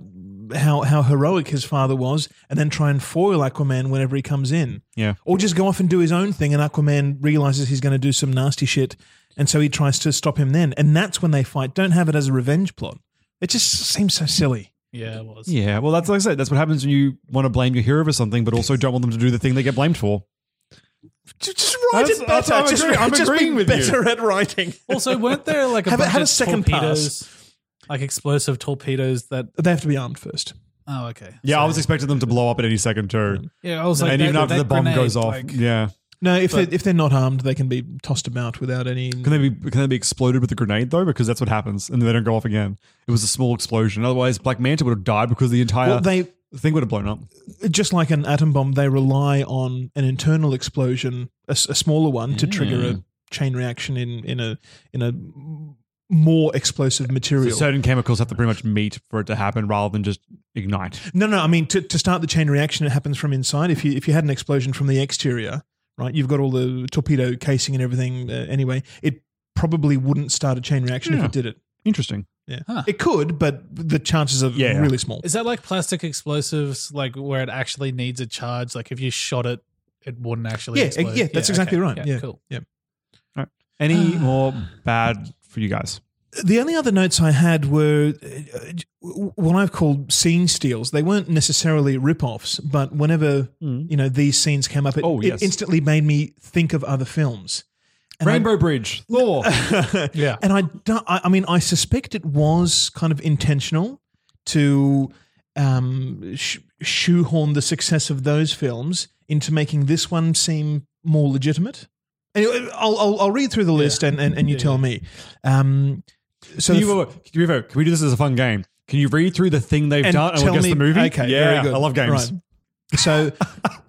S6: how how heroic his father was, and then try and foil Aquaman whenever he comes in.
S8: Yeah.
S6: Or just go off and do his own thing, and Aquaman realizes he's going to do some nasty shit, and so he tries to stop him then. And that's when they fight. Don't have it as a revenge plot. It just seems so silly.
S9: yeah, it was.
S8: Yeah, well, that's like I said. That's what happens when you want to blame your hero for something, but also don't want them to do the thing they get blamed for.
S6: Just
S8: write it That's- that's- better. I'm Just- agreeing- I'm just agreeing being with you. better
S6: at writing.
S9: Also, weren't there like a
S6: Have a-
S9: bunch
S6: have a
S9: of
S6: second
S9: torpedoes, like explosive torpedoes that?
S6: They have to be armed first.
S9: Oh, okay.
S8: Yeah, I was expecting them to blow up at any second too.
S9: Yeah, I was like,
S8: and
S9: that-
S8: even after
S9: that
S8: the bomb
S9: grenade,
S8: goes off,
S9: like-
S8: yeah,
S6: No, if
S9: But-
S6: they if they're not armed, they can be tossed about without any.
S8: Can they be can they be exploded with a grenade though? Because that's what happens, and then they don't go off again. It was a small explosion. Otherwise, Black Manta would have died because the entire
S6: Well, they-
S8: thing would have blown up.
S6: just like an atom bomb, they rely on an internal explosion, a, s- a smaller one, to trigger
S9: Hmm.
S8: Mm.
S6: a chain reaction in in a in a more explosive
S8: So
S6: material.
S8: certain chemicals have to pretty much meet for it to happen, rather than just ignite.
S6: no, no, I mean to, to start the chain reaction, it happens from inside. If you if you had an explosion from the exterior, right, you've got all the torpedo casing and everything. Uh, anyway, it probably wouldn't start a chain reaction if
S8: Yeah.
S6: it did it.
S8: Interesting.
S6: Yeah,
S9: Huh.
S6: it could, but the chances are
S8: Yeah.
S6: really small.
S9: Is that like plastic explosives, like where it actually needs a charge? Like if you shot it, it wouldn't actually.
S6: Yeah,
S9: explode?
S6: yeah, that's exactly
S9: okay.
S6: right. Yeah.
S9: cool.
S6: Yeah.
S8: All right. Any more bad for you guys?
S6: the only other notes I had were uh, what I've called scene steals. They weren't necessarily rip-offs, but whenever you know these scenes came up, it,
S8: Hmm. Oh, yes.
S6: it instantly made me think of other films.
S8: Rainbow
S6: Bridge, Thor. yeah, and I, don't- I, I mean, I suspect it was kind of intentional to um, sh- shoehorn the success of those films into making this one seem more legitimate. Anyway, I'll, I'll, I'll read through the list and, and, and you tell me. Um, so
S8: So can,
S6: the
S8: you, uh,
S6: f-
S8: can, you, can we do this as a fun game? Can you read through the thing they've
S6: and
S8: done and we'll guess the movie?
S6: Okay,
S8: yeah,
S6: very good.
S8: I love games.
S6: Right. So,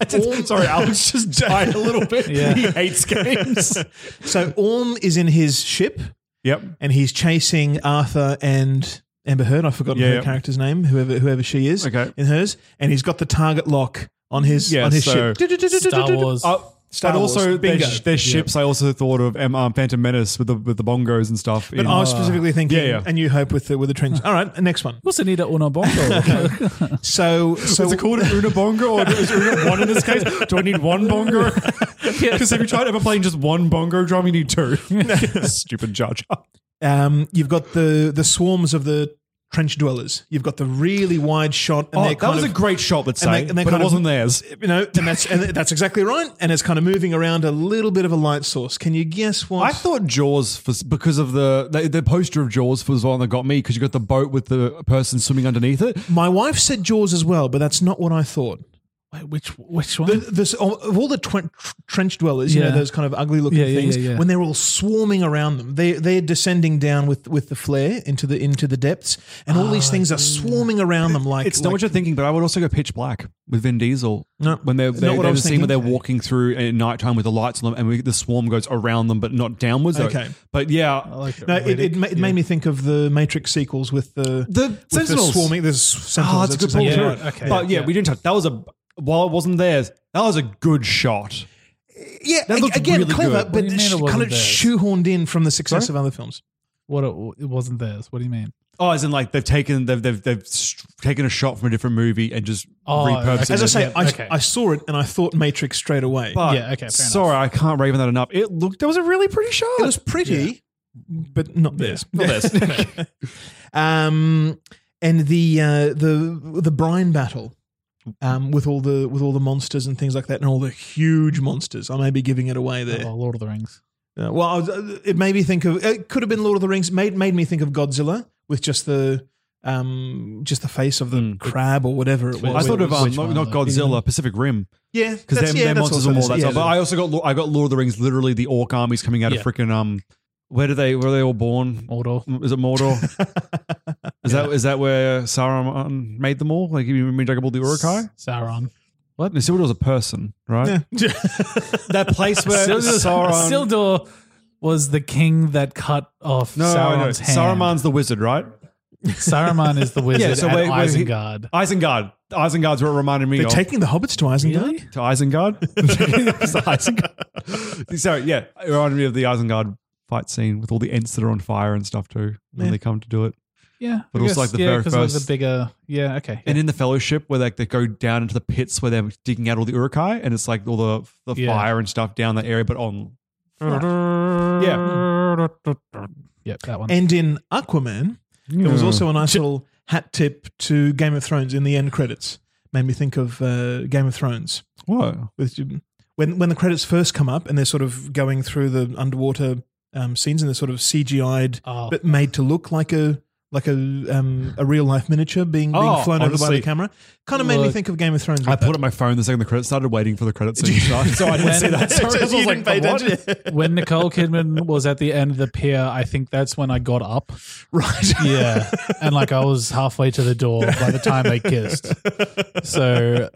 S8: Sorry, Alex just died a little bit. He hates games.
S6: so Orm is in his ship.
S8: Yep.
S6: And he's chasing Arthur and Amber Heard. I've forgotten
S8: Yeah,
S6: her
S8: yeah.
S6: character's name, whoever whoever she is. Okay. In hers, and he's got the target lock on his
S8: Yeah,
S6: on his
S8: so- Uh,
S6: ship.
S8: Star
S6: Wars.
S8: but also their,
S6: bingo.
S8: sh- their ships. I also thought of um, um, Phantom Menace with the with the bongos and stuff. uh,
S6: But I was specifically thinking,
S8: Yeah, yeah.
S6: and you hope with the with the trench. All right, next one.
S9: What's Anita Una Bongo?
S6: So, so
S8: is it called an Una bongo or is it one in this case? Do I need one bongo? Because have you tried ever playing just one bongo drum? You need two. Stupid Jar Jar.
S6: Um, you've got the the swarms of the trench dwellers. You've got the really wide shot. And
S8: Oh,
S6: they're
S8: that
S6: kind
S8: was
S6: of-
S8: a great shot, let's say,
S6: they're
S8: but it
S6: kind
S8: wasn't theirs.
S6: You know, and that's and that's exactly right. And it's kind of moving around a little bit of a light source. Can you guess what?
S8: I thought Jaws for, because of the, the the poster of Jaws was the one that got me because you got the boat with the person swimming underneath it.
S6: My wife said Jaws as well, but that's not what I thought.
S9: which which
S6: one? this of all the twen- trench dwellers, you
S9: Yeah.
S6: know those kind of ugly looking
S9: Yeah, yeah,
S6: things.
S9: yeah, yeah.
S6: When they're all swarming around them, they they're descending down with with the flare into the into the depths, and all these things are swarming around them like
S8: it's not
S6: like-
S8: what you're thinking, but I would also go Pitch Black with Vin Diesel.
S6: No,
S8: when they're,
S6: not
S8: they're,
S6: what I
S8: they're the
S6: was
S8: scene where they're
S6: thinking.
S8: walking through at nighttime with the lights on them, and we, the swarm goes around them, but not downwards. though.
S6: Okay.
S8: but yeah,
S6: No, it, it, ma- it made me think of the Matrix sequels with the
S8: the
S6: with
S8: Sentinels.
S6: the swarming. There's Sentinels.
S8: Oh, that's a good point.
S6: exactly
S8: too.
S6: right.
S8: But yeah, we didn't touch. That was a while it wasn't theirs. That was a good shot.
S6: yeah.
S8: That
S6: ag-
S8: looked
S6: again,
S8: really
S6: clever,
S8: good. What
S6: but
S8: do you
S6: sh-
S8: mean it
S6: kind
S8: wasn't
S6: of
S8: theirs?
S6: shoehorned in from the success
S8: Sorry?
S6: of other films.
S9: What it, it wasn't theirs. What do you mean?
S8: Oh, as in like they've taken they've they've, they've st- taken a shot from a different movie and just
S9: Oh,
S8: repurposed it.
S6: As I say, I,
S9: okay.
S6: I saw it and I thought Matrix straight away.
S8: But sorry, I can't rave on that enough. It looked that was a really pretty shot.
S6: It was pretty, but not this.
S8: Not this.
S6: um, and the uh, the the brine battle. Um, with all the with all the monsters and things like that, and all the huge monsters, I may be giving it away there.
S9: Oh, Lord of the Rings.
S6: Yeah, well, I was, uh, it made me think of. It could have been Lord of the Rings. Made made me think of Godzilla with just the, um, just the face of the crab or whatever it was.
S8: Hmm. I thought of um,
S6: Which
S8: not,
S6: one?
S8: not Godzilla, Pacific Rim.
S6: Yeah,
S8: because
S6: that's-
S8: their,
S6: yeah,
S8: their
S6: that's
S8: monsters
S6: also
S8: are more
S6: this-
S8: that
S6: yeah.
S8: stuff. But I also got Lo- I got Lord of the Rings. Literally, the orc armies coming out
S9: Yeah.
S8: of freaking um, where do they where are they all born? Mordor is it Mordor? is that is that where Sauron um, made them all? Like you mean Jacob the Urukai?
S9: Sauron.
S8: What? Nisildur's a person, right? that place where
S9: Sildur,
S8: Sauron.
S9: Sildur was the king that cut off
S8: no, no,
S9: Sauron's hand.
S8: Saruman's the wizard, right?
S9: Saruman is the wizard
S8: yeah, so
S9: at
S8: where, where he-
S9: Isengard.
S8: Isengard. Isengard's what it reminded me
S6: They're
S8: of.
S6: taking the hobbits to Isengard.
S8: to Isengard. It's the Isengard. Sorry, yeah, it reminded me of the Isengard fight scene with all the Ents that are on fire and stuff too when
S9: Yeah.
S8: they come to do it.
S9: Yeah,
S8: but
S9: I
S8: also
S9: guess-
S8: like the
S9: yeah,
S8: very
S9: 'cause of
S8: first.
S9: the bigger. Yeah, okay.
S8: and in the Fellowship, where like they go down into the pits where they're digging out all the urukai, and it's like all the the
S9: Yeah.
S8: fire and stuff down that area, but on.
S9: Yeah. Yep, that one.
S6: And in Aquaman, there was
S8: Yeah.
S6: also a nice little hat tip to Game of Thrones in the end credits. Made me think of uh, Game of Thrones.
S8: What?
S6: With, when when the credits first come up and they're sort of going through the underwater um, scenes and they're sort of CGI'd,
S9: Oh.
S6: but made to look like a like a um, a real life miniature being, being
S8: Oh,
S6: flown over by
S8: honestly.
S6: the camera. Kind of made me
S8: Look.
S6: think of Game of Thrones.
S8: I
S6: with
S8: put
S6: that.
S8: up my phone the second the credits started, waiting for the credits to start, so I didn't see that. Sorry, I was like, "What?"
S9: when Nicole Kidman was at the end of the pier, I think that's when I got up.
S6: Right.
S9: Yeah. And like I was halfway to the door by the time they kissed. So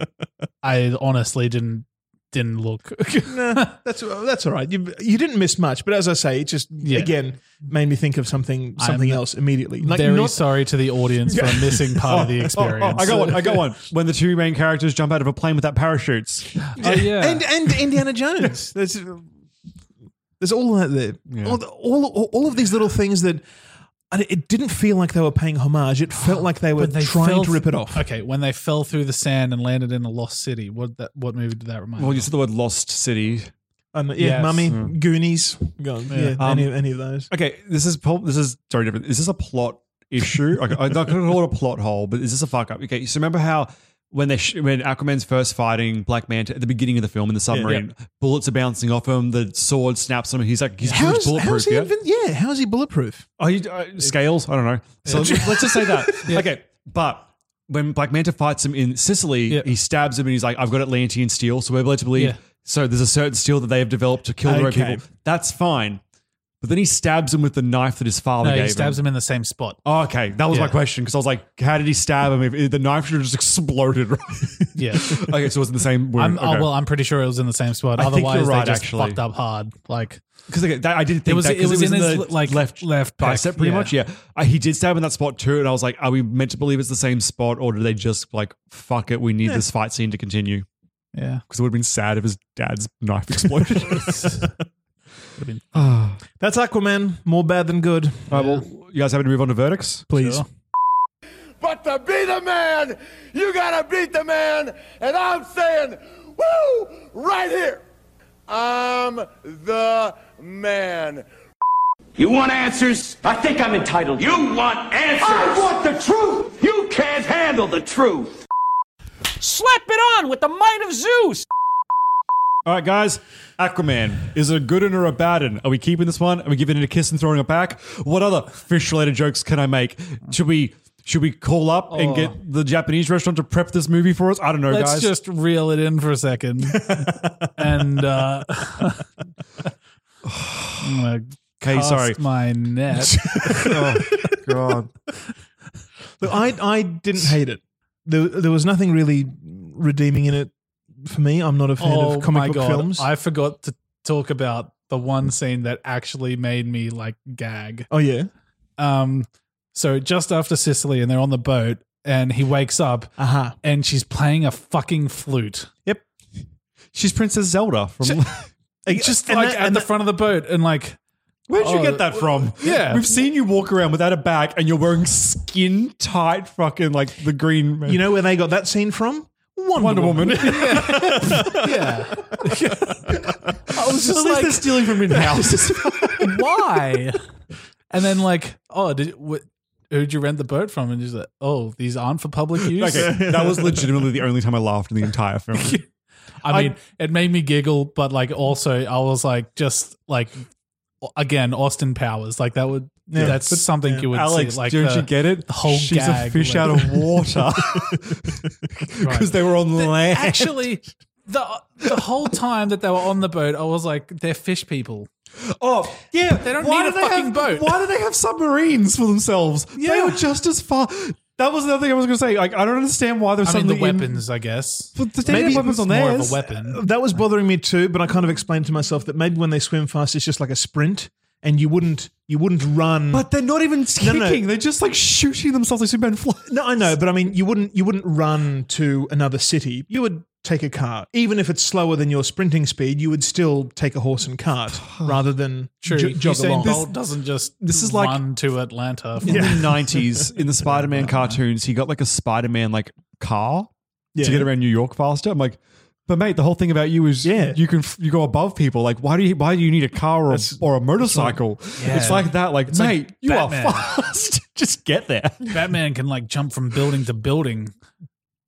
S9: I honestly didn't didn't look.
S6: nah, that's that's all right. You you didn't miss much, but as I say, it just again made me think of something something
S9: I'm
S6: else immediately.
S9: Very sorry to the audience for missing part of the experience.
S8: oh, I got one. I got one. When the two main characters jump out of a plane without parachutes.
S9: Oh, yeah.
S6: and and Indiana Jones. There's there's all that there. All, the- all all of these little things that. And it didn't feel like they were paying homage. It felt like they were
S9: When they
S6: trying
S9: fell
S6: to rip it off.
S9: Okay, when they fell through the sand and landed in a lost city, what that what movie did that remind?
S8: Well,
S9: me
S8: you
S9: of?
S8: said the word Lost City.
S9: Um, yeah, Mummy,
S8: Mm.
S9: Goonies, yeah,
S8: Um,
S9: any, any of those.
S8: Okay, this is prob- this is totally different. Is this a plot issue? okay, I'm not going to call it a plot hole, but is this a fuck up? Okay, so remember how when they sh- when Aquaman's first fighting Black Manta at the beginning of the film in the submarine, bullets are bouncing off him, the sword snaps him, he's like he's
S9: How
S8: huge
S9: is-
S8: bulletproof.
S9: how's he
S8: yeah?
S9: even- yeah, how is he bulletproof?
S8: Oh, you, uh, scales? I don't know. So
S9: Yeah.
S8: let's just say that. Okay, but when Black Manta fights him in Sicily, he stabs him and he's like, "I've got Atlantean steel," so we're led to believe.
S9: Yeah.
S8: So there's a certain steel that they have developed to kill the red
S6: Okay.
S8: people. That's fine. But then he stabs him with the knife that his father
S6: No,
S8: gave
S6: he stabs
S8: him.
S6: him. in the same spot.
S8: Oh, okay, that was my
S6: Yeah.
S8: question because I was like, "How did he stab him? If, if the knife should have just exploded." Right?
S6: Yeah.
S8: okay, so it was in the same wound.
S6: I'm,
S8: okay.
S6: oh, well, I'm pretty sure it was in the same spot.
S8: I think you're
S6: Otherwise,
S8: right,
S6: they just
S8: actually.
S6: fucked up hard. Like,
S8: Because I I did think
S6: It was-
S8: that,
S6: it
S8: 'cause
S6: was in his,
S8: the
S6: like,
S8: left
S6: left pec,
S8: bicep, pretty
S6: yeah.
S8: much. Yeah, Uh, he did stab in that spot too, and I was like, "Are we meant to believe it's the same spot, or do they just like fuck it? We need
S6: Yeah.
S8: this fight scene to continue?"
S6: Yeah,
S8: because it would have been sad if his dad's knife exploded.
S9: That's Aquaman. More bad than good.
S8: All right, well, you guys happy to move on to verdicts,
S9: please?
S1: But to be the man, you gotta beat the man. And I'm saying, woo, right here. I'm the man.
S18: You want answers? I think I'm entitled. You want answers? I want the truth. You can't handle the truth.
S19: Slap it on with the might of Zeus!
S8: All right, guys. Aquaman is it a good un or a bad un? Are we keeping this one? Are we giving it a kiss and throwing it back? What other fish-related jokes can I make? Should we? Should we call up and
S6: Oh.
S8: get the Japanese restaurant to prep this movie for us? I don't know,
S6: let's
S8: guys.
S6: just reel it in for a second. and uh, I'm gonna
S8: Okay,
S6: cast
S8: sorry.
S6: my net.
S8: oh God!
S9: Look, I I didn't hate it. There, there was nothing really redeeming in it for me. I'm not a fan
S6: oh
S9: of comic
S6: my
S9: book
S6: god!
S9: films.
S6: I forgot to talk about the one scene that actually made me like gag.
S9: oh yeah.
S6: Um, so just after Sicily, and they're on the boat, and he wakes up,
S9: uh-huh.
S6: and she's playing a fucking flute.
S8: Yep, she's Princess Zelda from.
S6: just
S9: And
S6: like
S9: that-
S6: at the front of the boat, and like,
S8: Where'd you
S6: oh,
S8: get that from?
S6: Yeah.
S8: We've seen you walk around without a bag and you're wearing skin tight fucking like the green.
S9: You know where they got that scene from? Wonder,
S8: Wonder Woman.
S6: yeah.
S9: I was
S6: just like-
S8: stealing from in house.
S6: why? And then like, oh, did wh- who'd you rent the boat from? And she's like, oh, these aren't for public use.
S8: okay, that was legitimately the only time I laughed in the entire film.
S6: I mean, it made me giggle, but like also I was like, just like again, Austin Powers, like that would
S8: Yeah.
S6: that's
S8: But-
S6: something
S8: yeah.
S6: you would
S8: Alex,
S6: see. Like,
S8: don't
S6: the-
S8: you get it?
S6: The whole
S8: She's
S6: gag,
S8: a fish
S6: like-
S8: out of water because
S6: Right.
S8: they were on land.
S6: Actually, the the whole time that they were on the boat, I was like, they're fish people.
S8: Oh yeah,
S6: They don't
S8: why
S6: need a
S8: do they
S6: fucking
S8: have,
S6: boat.
S8: Why do they have submarines for themselves? They
S6: Yeah.
S8: were just as far. That was another thing I was going to say. Like, I don't understand why they're
S6: I mean,
S8: suddenly
S6: the
S8: in-
S6: weapons, I guess.
S8: But the maybe weapons on
S6: more of a
S8: theirs. Uh,
S6: weapon.
S9: That was bothering me too, but I kind of explained to myself that maybe when they swim fast, it's just like a sprint, and you wouldn't you wouldn't run.
S8: But they're not even
S9: No,
S8: kicking.
S9: no.
S8: They're just like shooting themselves like Superman flies.
S9: no, I know, but I mean, you wouldn't you wouldn't run to another city. You would take a car, even if it's slower than your sprinting speed. You would still take a horse and cart rather than
S6: True,
S9: jo- jog
S6: Usain
S9: along.
S6: Bolt doesn't just
S8: this is like-
S6: run to Atlanta.
S8: In the nineties, in the Spider-Man cartoons, he got like a Spider-Man like car
S6: Yeah.
S8: to get around New York faster. I'm like, but mate, the whole thing about you is yeah. you can you go above people. Like, why do you why do you need a car or, a- or a motorcycle?
S6: Yeah.
S8: It's like that. Like,
S6: It's like
S8: mate, you
S6: Batman.
S8: are fast. just get there.
S6: Batman can like jump from building to building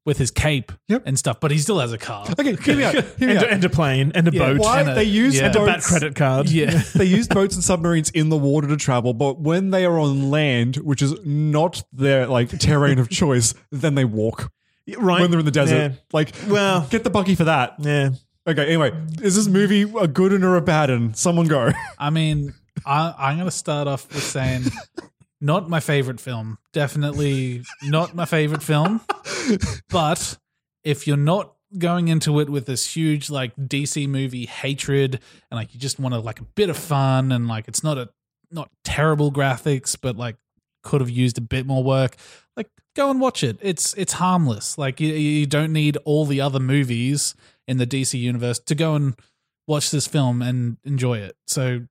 S6: with his cape and stuff, but he still has a car.
S8: Okay, hear me out. Hear me
S9: and,
S8: out.
S9: and a plane and a
S8: Yeah,
S9: boat.
S8: Why
S9: and a,
S8: they use
S9: and a
S8: boats,
S9: bat credit card.
S6: Yeah.
S8: they use boats and submarines in the water to travel, but when they are on land, which is not their like terrain of choice, then they walk.
S9: right.
S8: When they're in the desert,
S9: Yeah.
S8: like well, get the buggy for that.
S9: Yeah.
S8: Okay. Anyway, is this movie a good un or a bad un? Someone go.
S6: I mean, I, I'm going to start off with saying, not my favorite film. Definitely not my favorite film. But if you're not going into it with this huge like DC movie hatred and like you just want to like a bit of fun and like it's not a not terrible graphics but like could have used a bit more work like go and watch it it's it's harmless like you, you don't need all the other movies in the DC universe to go and watch this film and enjoy it so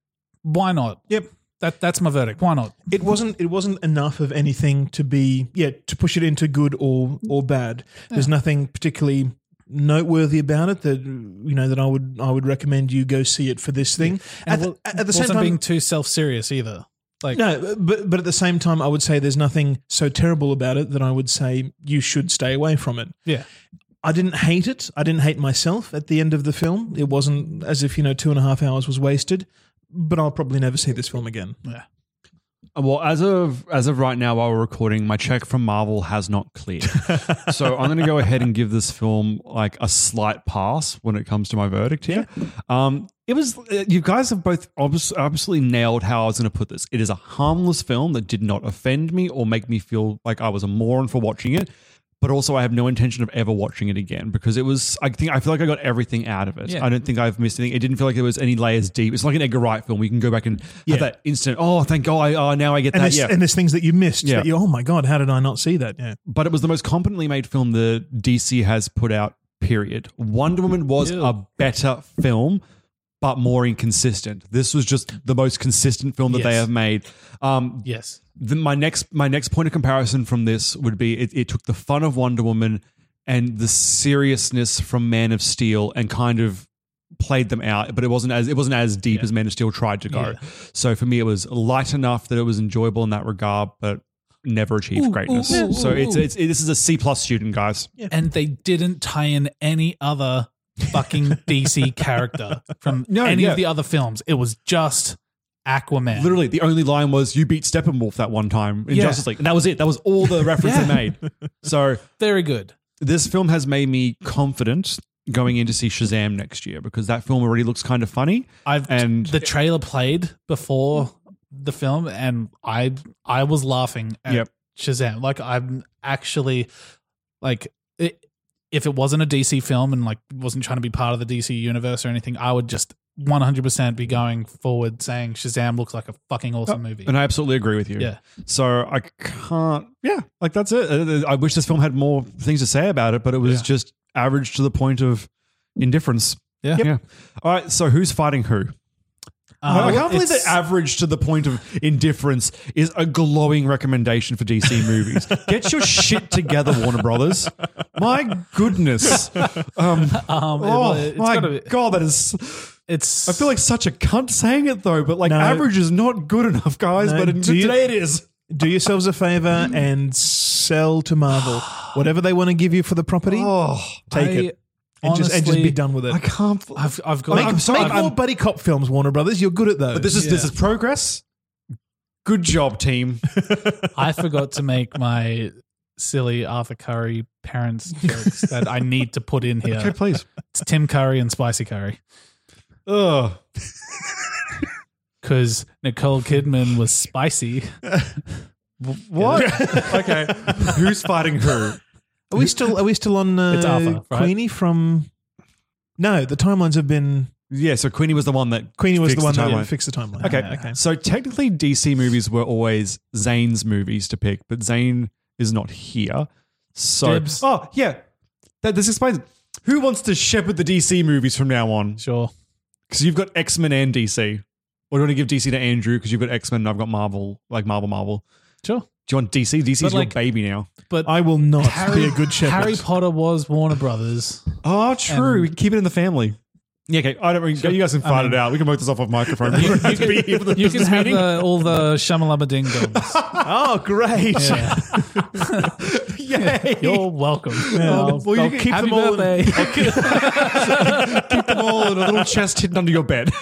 S6: why not
S9: yep
S6: that that's my verdict why not
S9: it wasn't it wasn't enough of anything to be yeah to push it into good or or bad. There's nothing particularly
S8: noteworthy about it that you know that I would I would recommend you go see it for this thing.
S6: And
S8: At,
S6: wa-
S8: the, at the same
S6: wasn't
S8: time,
S6: being too self serious either. Like
S8: no, but but at the same time, I would say there's nothing so terrible about it that I would say you should stay away from it.
S6: Yeah.
S8: I didn't hate it. I didn't hate myself at the end of the film. It wasn't as if you know two and a half hours was wasted. But I'll probably never see this film again.
S6: Yeah.
S9: Uh, Well, as of as of right now, while we're recording, my check from Marvel has not cleared, so I'm going to go ahead and give this film like a slight pass when it comes to my verdict here. Um, it was uh, you guys have both obs- absolutely nailed how I was going to put this. It is a harmless film that did not offend me or make me feel like I was a moron for watching it, but also I have no intention of ever watching it again because it was. I think I feel like I got everything out of it.
S6: Yeah.
S9: I don't think I've missed anything. It didn't feel like there was any layers deep. It's like an Edgar Wright film. We can go back and
S8: Yeah.
S9: have that instant. Oh, thank God! I, oh, now I get
S8: And
S9: that.
S8: there's,
S9: Yeah.
S8: and there's things that you missed.
S9: Yeah.
S8: That you, oh my god, how did I not see that? Yeah.
S9: but it was the most competently made film the DC has put out. Period. Wonder Woman was a better film, but more inconsistent. This was just the most consistent film that they
S6: Yes.
S9: have made. Um,
S6: Yes.
S9: the, my next my next point of comparison from this would be it, it took the fun of Wonder Woman and the seriousness from Man of Steel and kind of played them out, but it wasn't as it wasn't as deep as Man of Steel tried to go. So for me, it was light enough that it was enjoyable in that regard, but never achieved
S6: Ooh,
S9: greatness.
S6: ooh, ooh,
S9: so it's,
S6: ooh.
S9: it's it, this is a C plus student, guys.
S6: And they didn't tie in any other fucking DC character from
S9: No,
S6: any
S9: yeah.
S6: of the other films. It was just Aquaman.
S9: Literally, the only line was "You beat Steppenwolf that one time in
S6: Yeah.
S9: Justice League," and that was it. That was all the reference
S6: Yeah.
S9: they made. So
S6: Very good.
S9: this film has made me confident going in to see Shazam next year because that film already looks kind of funny.
S6: I've
S9: and
S6: the trailer played before the film, and I I was laughing at
S9: Yep.
S6: Shazam. Like I'm actually like it, if it wasn't a DC film and like wasn't trying to be part of the DC universe or anything, I would just 100% be going forward saying Shazam looks like a fucking awesome movie.
S9: Oh, and I absolutely agree with you.
S6: Yeah.
S9: So I can't. Yeah, like that's it. Uh, I wish this film had more things to say about it, but it was just average to the point of indifference.
S6: Yeah.
S9: Yeah. All right. So who's fighting who? I can't believe that
S6: Uh, it's-
S9: average to the point of indifference is a glowing recommendation for DC movies. Get your shit together, Warner Brothers. My goodness. Um,
S6: Um, it- well,
S9: oh,
S6: it's
S9: my
S6: gotta be-
S9: God, that is.
S6: It's.
S9: I feel like such a cunt saying it though, but like average is not good enough, guys.
S8: No,
S9: but in,
S8: do you-
S9: today it is.
S8: Do yourselves a
S9: Mm.
S8: favor and sell to Marvel whatever they want to give you for the property.
S9: Oh,
S8: take
S6: I
S8: it and just and just
S6: honestly-
S8: be done with it.
S9: I can't.
S6: I've, I've got.
S8: Make,
S9: I'm sorry,
S8: make
S9: I'm-
S8: more buddy cop films, Warner Brothers. You're good at those.
S9: But this is this is progress. Good job, team.
S6: I forgot to make my silly Arthur Curry parents jokes that I need to put in here.
S9: Okay, please.
S6: It's Tim Curry and Spicy Curry
S9: Ugh.
S6: because Nicole Kidman was spicy.
S9: What? okay. Who's fighting who?
S8: Are we still are we still on uh,
S6: It's Arthur, right?
S8: Queenie from? No, the timelines have been.
S9: Yeah, so Queenie was the one that
S8: Queenie was the
S9: fixed
S8: one that
S9: timeline.
S8: fixed the timeline.
S9: Okay.
S8: Yeah, okay.
S9: So technically, DC movies were always Zane's movies to pick, but Zane is not here. So,
S6: Dibs.
S9: oh yeah, that this explains. it. Who wants to shepherd the DC movies from now on?
S6: Sure.
S9: Because you've got X Men and DC. Or do you want to give DC to Andrew? Because you've got X Men and I've got Marvel, like Marvel, Marvel.
S6: Sure.
S9: Do you want DC? DC's
S6: But,
S9: your
S6: like-
S9: baby now.
S6: But
S8: I will not
S6: Harry,
S8: be a good shepherd.
S6: Harry Potter was Warner Brothers.
S9: Oh, true.
S6: And-
S9: we keep it in the family. Yeah, okay. I don't. You guys can fight it out. We can work this off of microphone. You, can, be here for the
S6: You can
S9: business
S6: have
S9: meeting.
S6: the, all the shamalama ding dongs.
S8: Oh, great! Yay!
S6: You're welcome. I'll-
S9: well, you
S6: I'll
S9: can
S6: keep
S9: keep
S6: happy
S9: them all in-
S6: birthday.
S9: keep them all in a little chest hidden under your bed.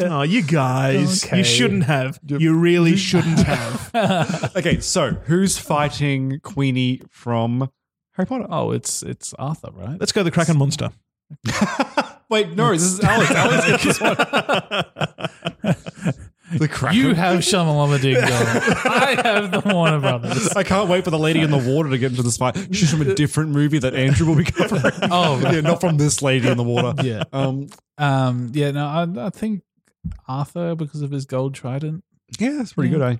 S8: Oh, you guys,
S6: Okay.
S8: you shouldn't have. You really shouldn't have.
S9: okay, so who's fighting Queenie from Harry Potter?
S6: oh, it's it's Arthur, right?
S8: Let's go the Kraken monster.
S9: Wait, no, this is Alex. Alex gets this one. the crack.
S6: You have shamalama ding dong. I have the Warner Brothers.
S9: I can't wait for the lady in the water to get into this fight. She's from a different movie that Andrew will be covering.
S6: Oh, right.
S9: yeah, not from this lady in the water.
S6: Yeah.
S9: Um,
S6: Um, yeah, no, I, I think Arthur because of his gold trident.
S9: yeah, that's pretty good, eh?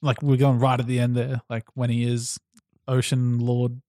S6: Like we're going right at the end there, like when he is Ocean Lord.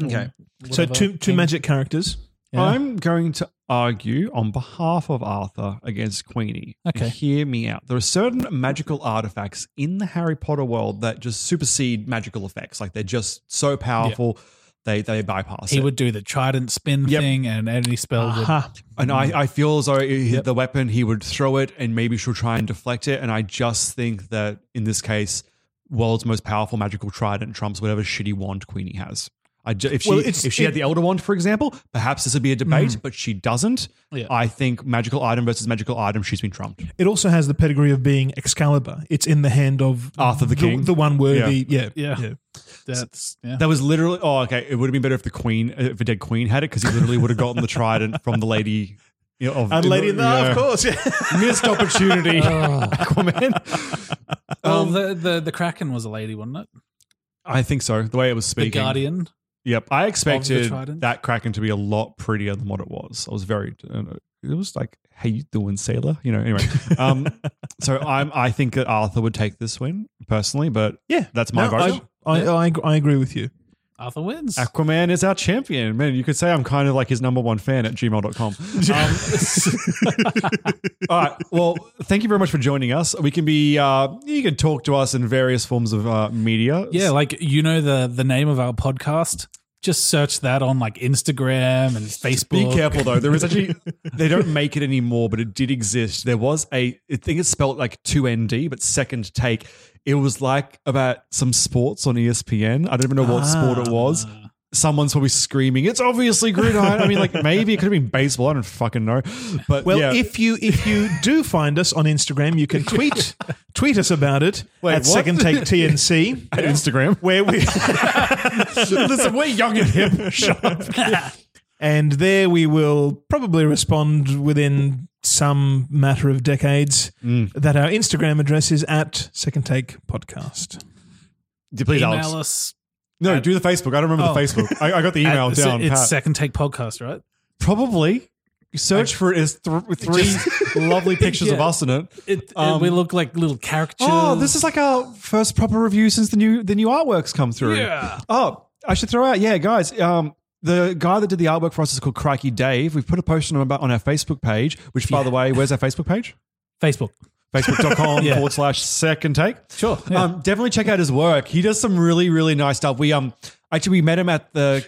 S6: or
S9: Okay.
S8: So
S6: whatever
S8: two two
S6: king.
S8: magic characters.
S6: Yeah.
S9: I'm going to argue on behalf of Arthur against Queenie. And
S6: Okay.
S9: hear me out. There are certain magical artifacts in the Harry Potter world that just supersede magical effects. Like they're just so powerful. They they bypass
S6: he
S9: it.
S6: would do the trident spin thing and any spell
S9: Aha.
S6: would.
S9: And I, I feel as though it- the weapon, he would throw it and maybe she'll try and deflect it. And I just think that in this case, world's most powerful magical trident trumps whatever shitty wand Queenie has. I ju- if she,
S20: Well, it's-
S9: if she
S20: it-
S9: had the Elder Wand, for example, perhaps this would be a debate,
S8: Mhm.
S9: but she doesn't.
S8: Yeah.
S9: I think magical item versus magical item, she's been trumped.
S8: It also has the pedigree of being Excalibur. It's in the hand of
S9: Arthur the King.
S8: the one worthy. Yeah,
S6: yeah. That's yeah.
S9: That was literally. Oh, okay. It would have been better if the queen, if a dead queen had it, because he literally would have gotten the trident from the lady. You know, of,
S8: And Lady in the-
S9: yeah.
S8: of course, yeah.
S9: Missed opportunity.
S6: Oh. Well,
S9: Um,
S6: the, the the Kraken was a lady, wasn't it?
S9: I think so. The way it was speaking.
S6: Guardian
S9: Yep. I
S6: of
S9: expected
S6: the Trident.
S9: that Kraken to be a lot prettier than what it was. I was very. uh, It was like, how you doing, sailor? You know. Anyway. Um. so I'm. I think that Arthur would take this win personally, but
S8: yeah,
S9: that's my
S8: No,
S9: vote.
S8: I, I, I, I agree with you.
S6: Arthur wins.
S9: Aquaman is our champion. Man, you could say I'm kind of like his number one fan at gmail.com. Um, all right. Well, thank you very much for joining us. We can be, uh, you can talk to us in various forms of uh, media.
S6: Yeah, like you know the the name of our podcast. Just search that on like Instagram and Facebook.
S9: Be careful though. There is actually they don't make it anymore, but it did exist. There was a I think it's spelled like two ND, but second take. It was like about some sports on E ESPN. I don't even know what
S6: Ah.
S9: sport it was. Someone's probably screaming, it's obviously gridiron. I mean, like maybe it could have been baseball. I don't fucking know. But
S8: Well,
S9: yeah.
S8: if you if you do find us on Instagram, you can tweet tweet us about it
S9: Wait,
S8: at
S9: what?
S8: Second Take TNC
S9: At Instagram,
S8: where we
S9: listen, we're young and hip. Shut up.
S8: and there we will probably respond within some matter of decades
S9: Mm.
S8: that our Instagram address is at Second Take Podcast.
S9: Please,
S6: Email
S9: Alex.
S6: us.
S9: No, do the Facebook. I don't remember the
S6: Oh.
S9: Facebook. I, I got the
S6: At-
S9: email
S6: it's-
S9: down.
S6: It's
S9: Pat.
S6: second take podcast, right?
S9: Probably. You Search for it as th- three lovely pictures of
S6: Yeah.
S9: us in it.
S6: It, it-
S9: Um,
S6: we look like little caricatures.
S9: Oh, this is like our first proper review since the new the new artworks come through.
S6: Yeah.
S9: Oh, I should throw out, yeah, guys. Um, the guy that did the artwork for us is called Crikey Dave. We've put a post on him about on our Facebook page, which, by the way, where's our Facebook page?
S6: Facebook.
S9: Facebook.com
S6: Yeah.
S9: forward slash second take.
S6: Sure. yeah.
S9: Um, definitely check out his work. He does some really, really nice stuff. We um actually we met him at the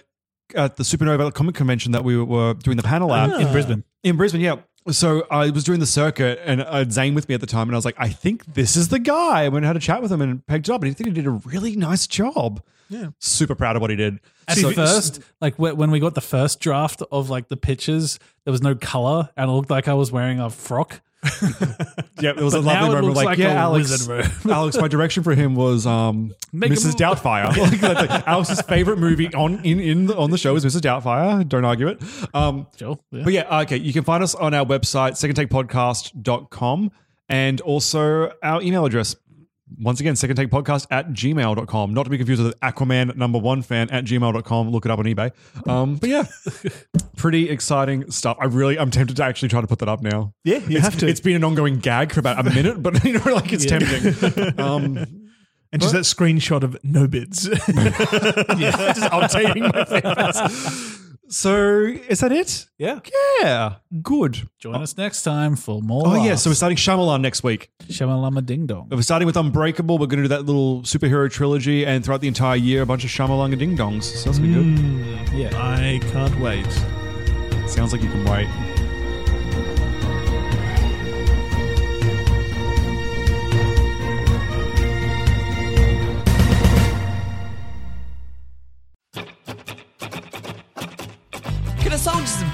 S9: at the Supernova Comic Convention that we were doing the panel at
S6: Ah. In- in Brisbane.
S9: In Brisbane, yeah. So I was doing the circuit, and uh, Zane with me at the time, and I was like, I think this is the guy. I went and had a chat with him and pegged it up, and I think he did a really nice job.
S8: Yeah,
S9: super proud of what he did.
S6: At
S9: So-
S6: first, like wh- when we got the first draft of like the pictures, there was no color, and it looked like I was wearing a frock.
S9: yeah, it was a
S6: But now
S9: lovely
S6: it
S9: moment.
S6: looks
S9: Like,
S6: like
S9: yeah,
S6: a
S9: Alex,
S6: wizard room.
S9: Alex, my direction for him was um,
S6: Make
S9: Mrs.
S6: him-
S9: Doubtfire. like, like, like, Alex's favorite movie on in in the, on the show is Mrs. Doubtfire. Don't argue it. Um,
S6: yeah.
S9: But yeah, okay. You can find us on our website, secondtakepodcast.com, and also our email address. Once again, secondtakepodcast at gmail.com. Not to be confused with Aquaman number one fan at gmail.com. Look it up on eBay. Um, but yeah, pretty exciting stuff. I really, I'm tempted to actually try to put that up now.
S8: Yeah, you
S9: It's-
S8: have to.
S9: It's been an ongoing gag for about a minute, but you know, like it's
S8: Yeah.
S9: tempting. Um,
S8: And just that screenshot of no bids.
S9: yeah, just updating my favorites. So is that it?
S6: Yeah.
S9: Yeah. Good.
S6: Join us next time for more.
S9: Oh yeah, so we're starting Shyamalan next week.
S6: Shamalama Ding Dong.
S9: We're starting with Unbreakable. We're going to do that little superhero trilogy, and throughout the entire year, a bunch of Shyamalan and ding dongs. So that's gonna be
S6: Yeah.
S8: I can't wait.
S9: good. Sounds like you can wait.
S21: Can a song just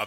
S22: A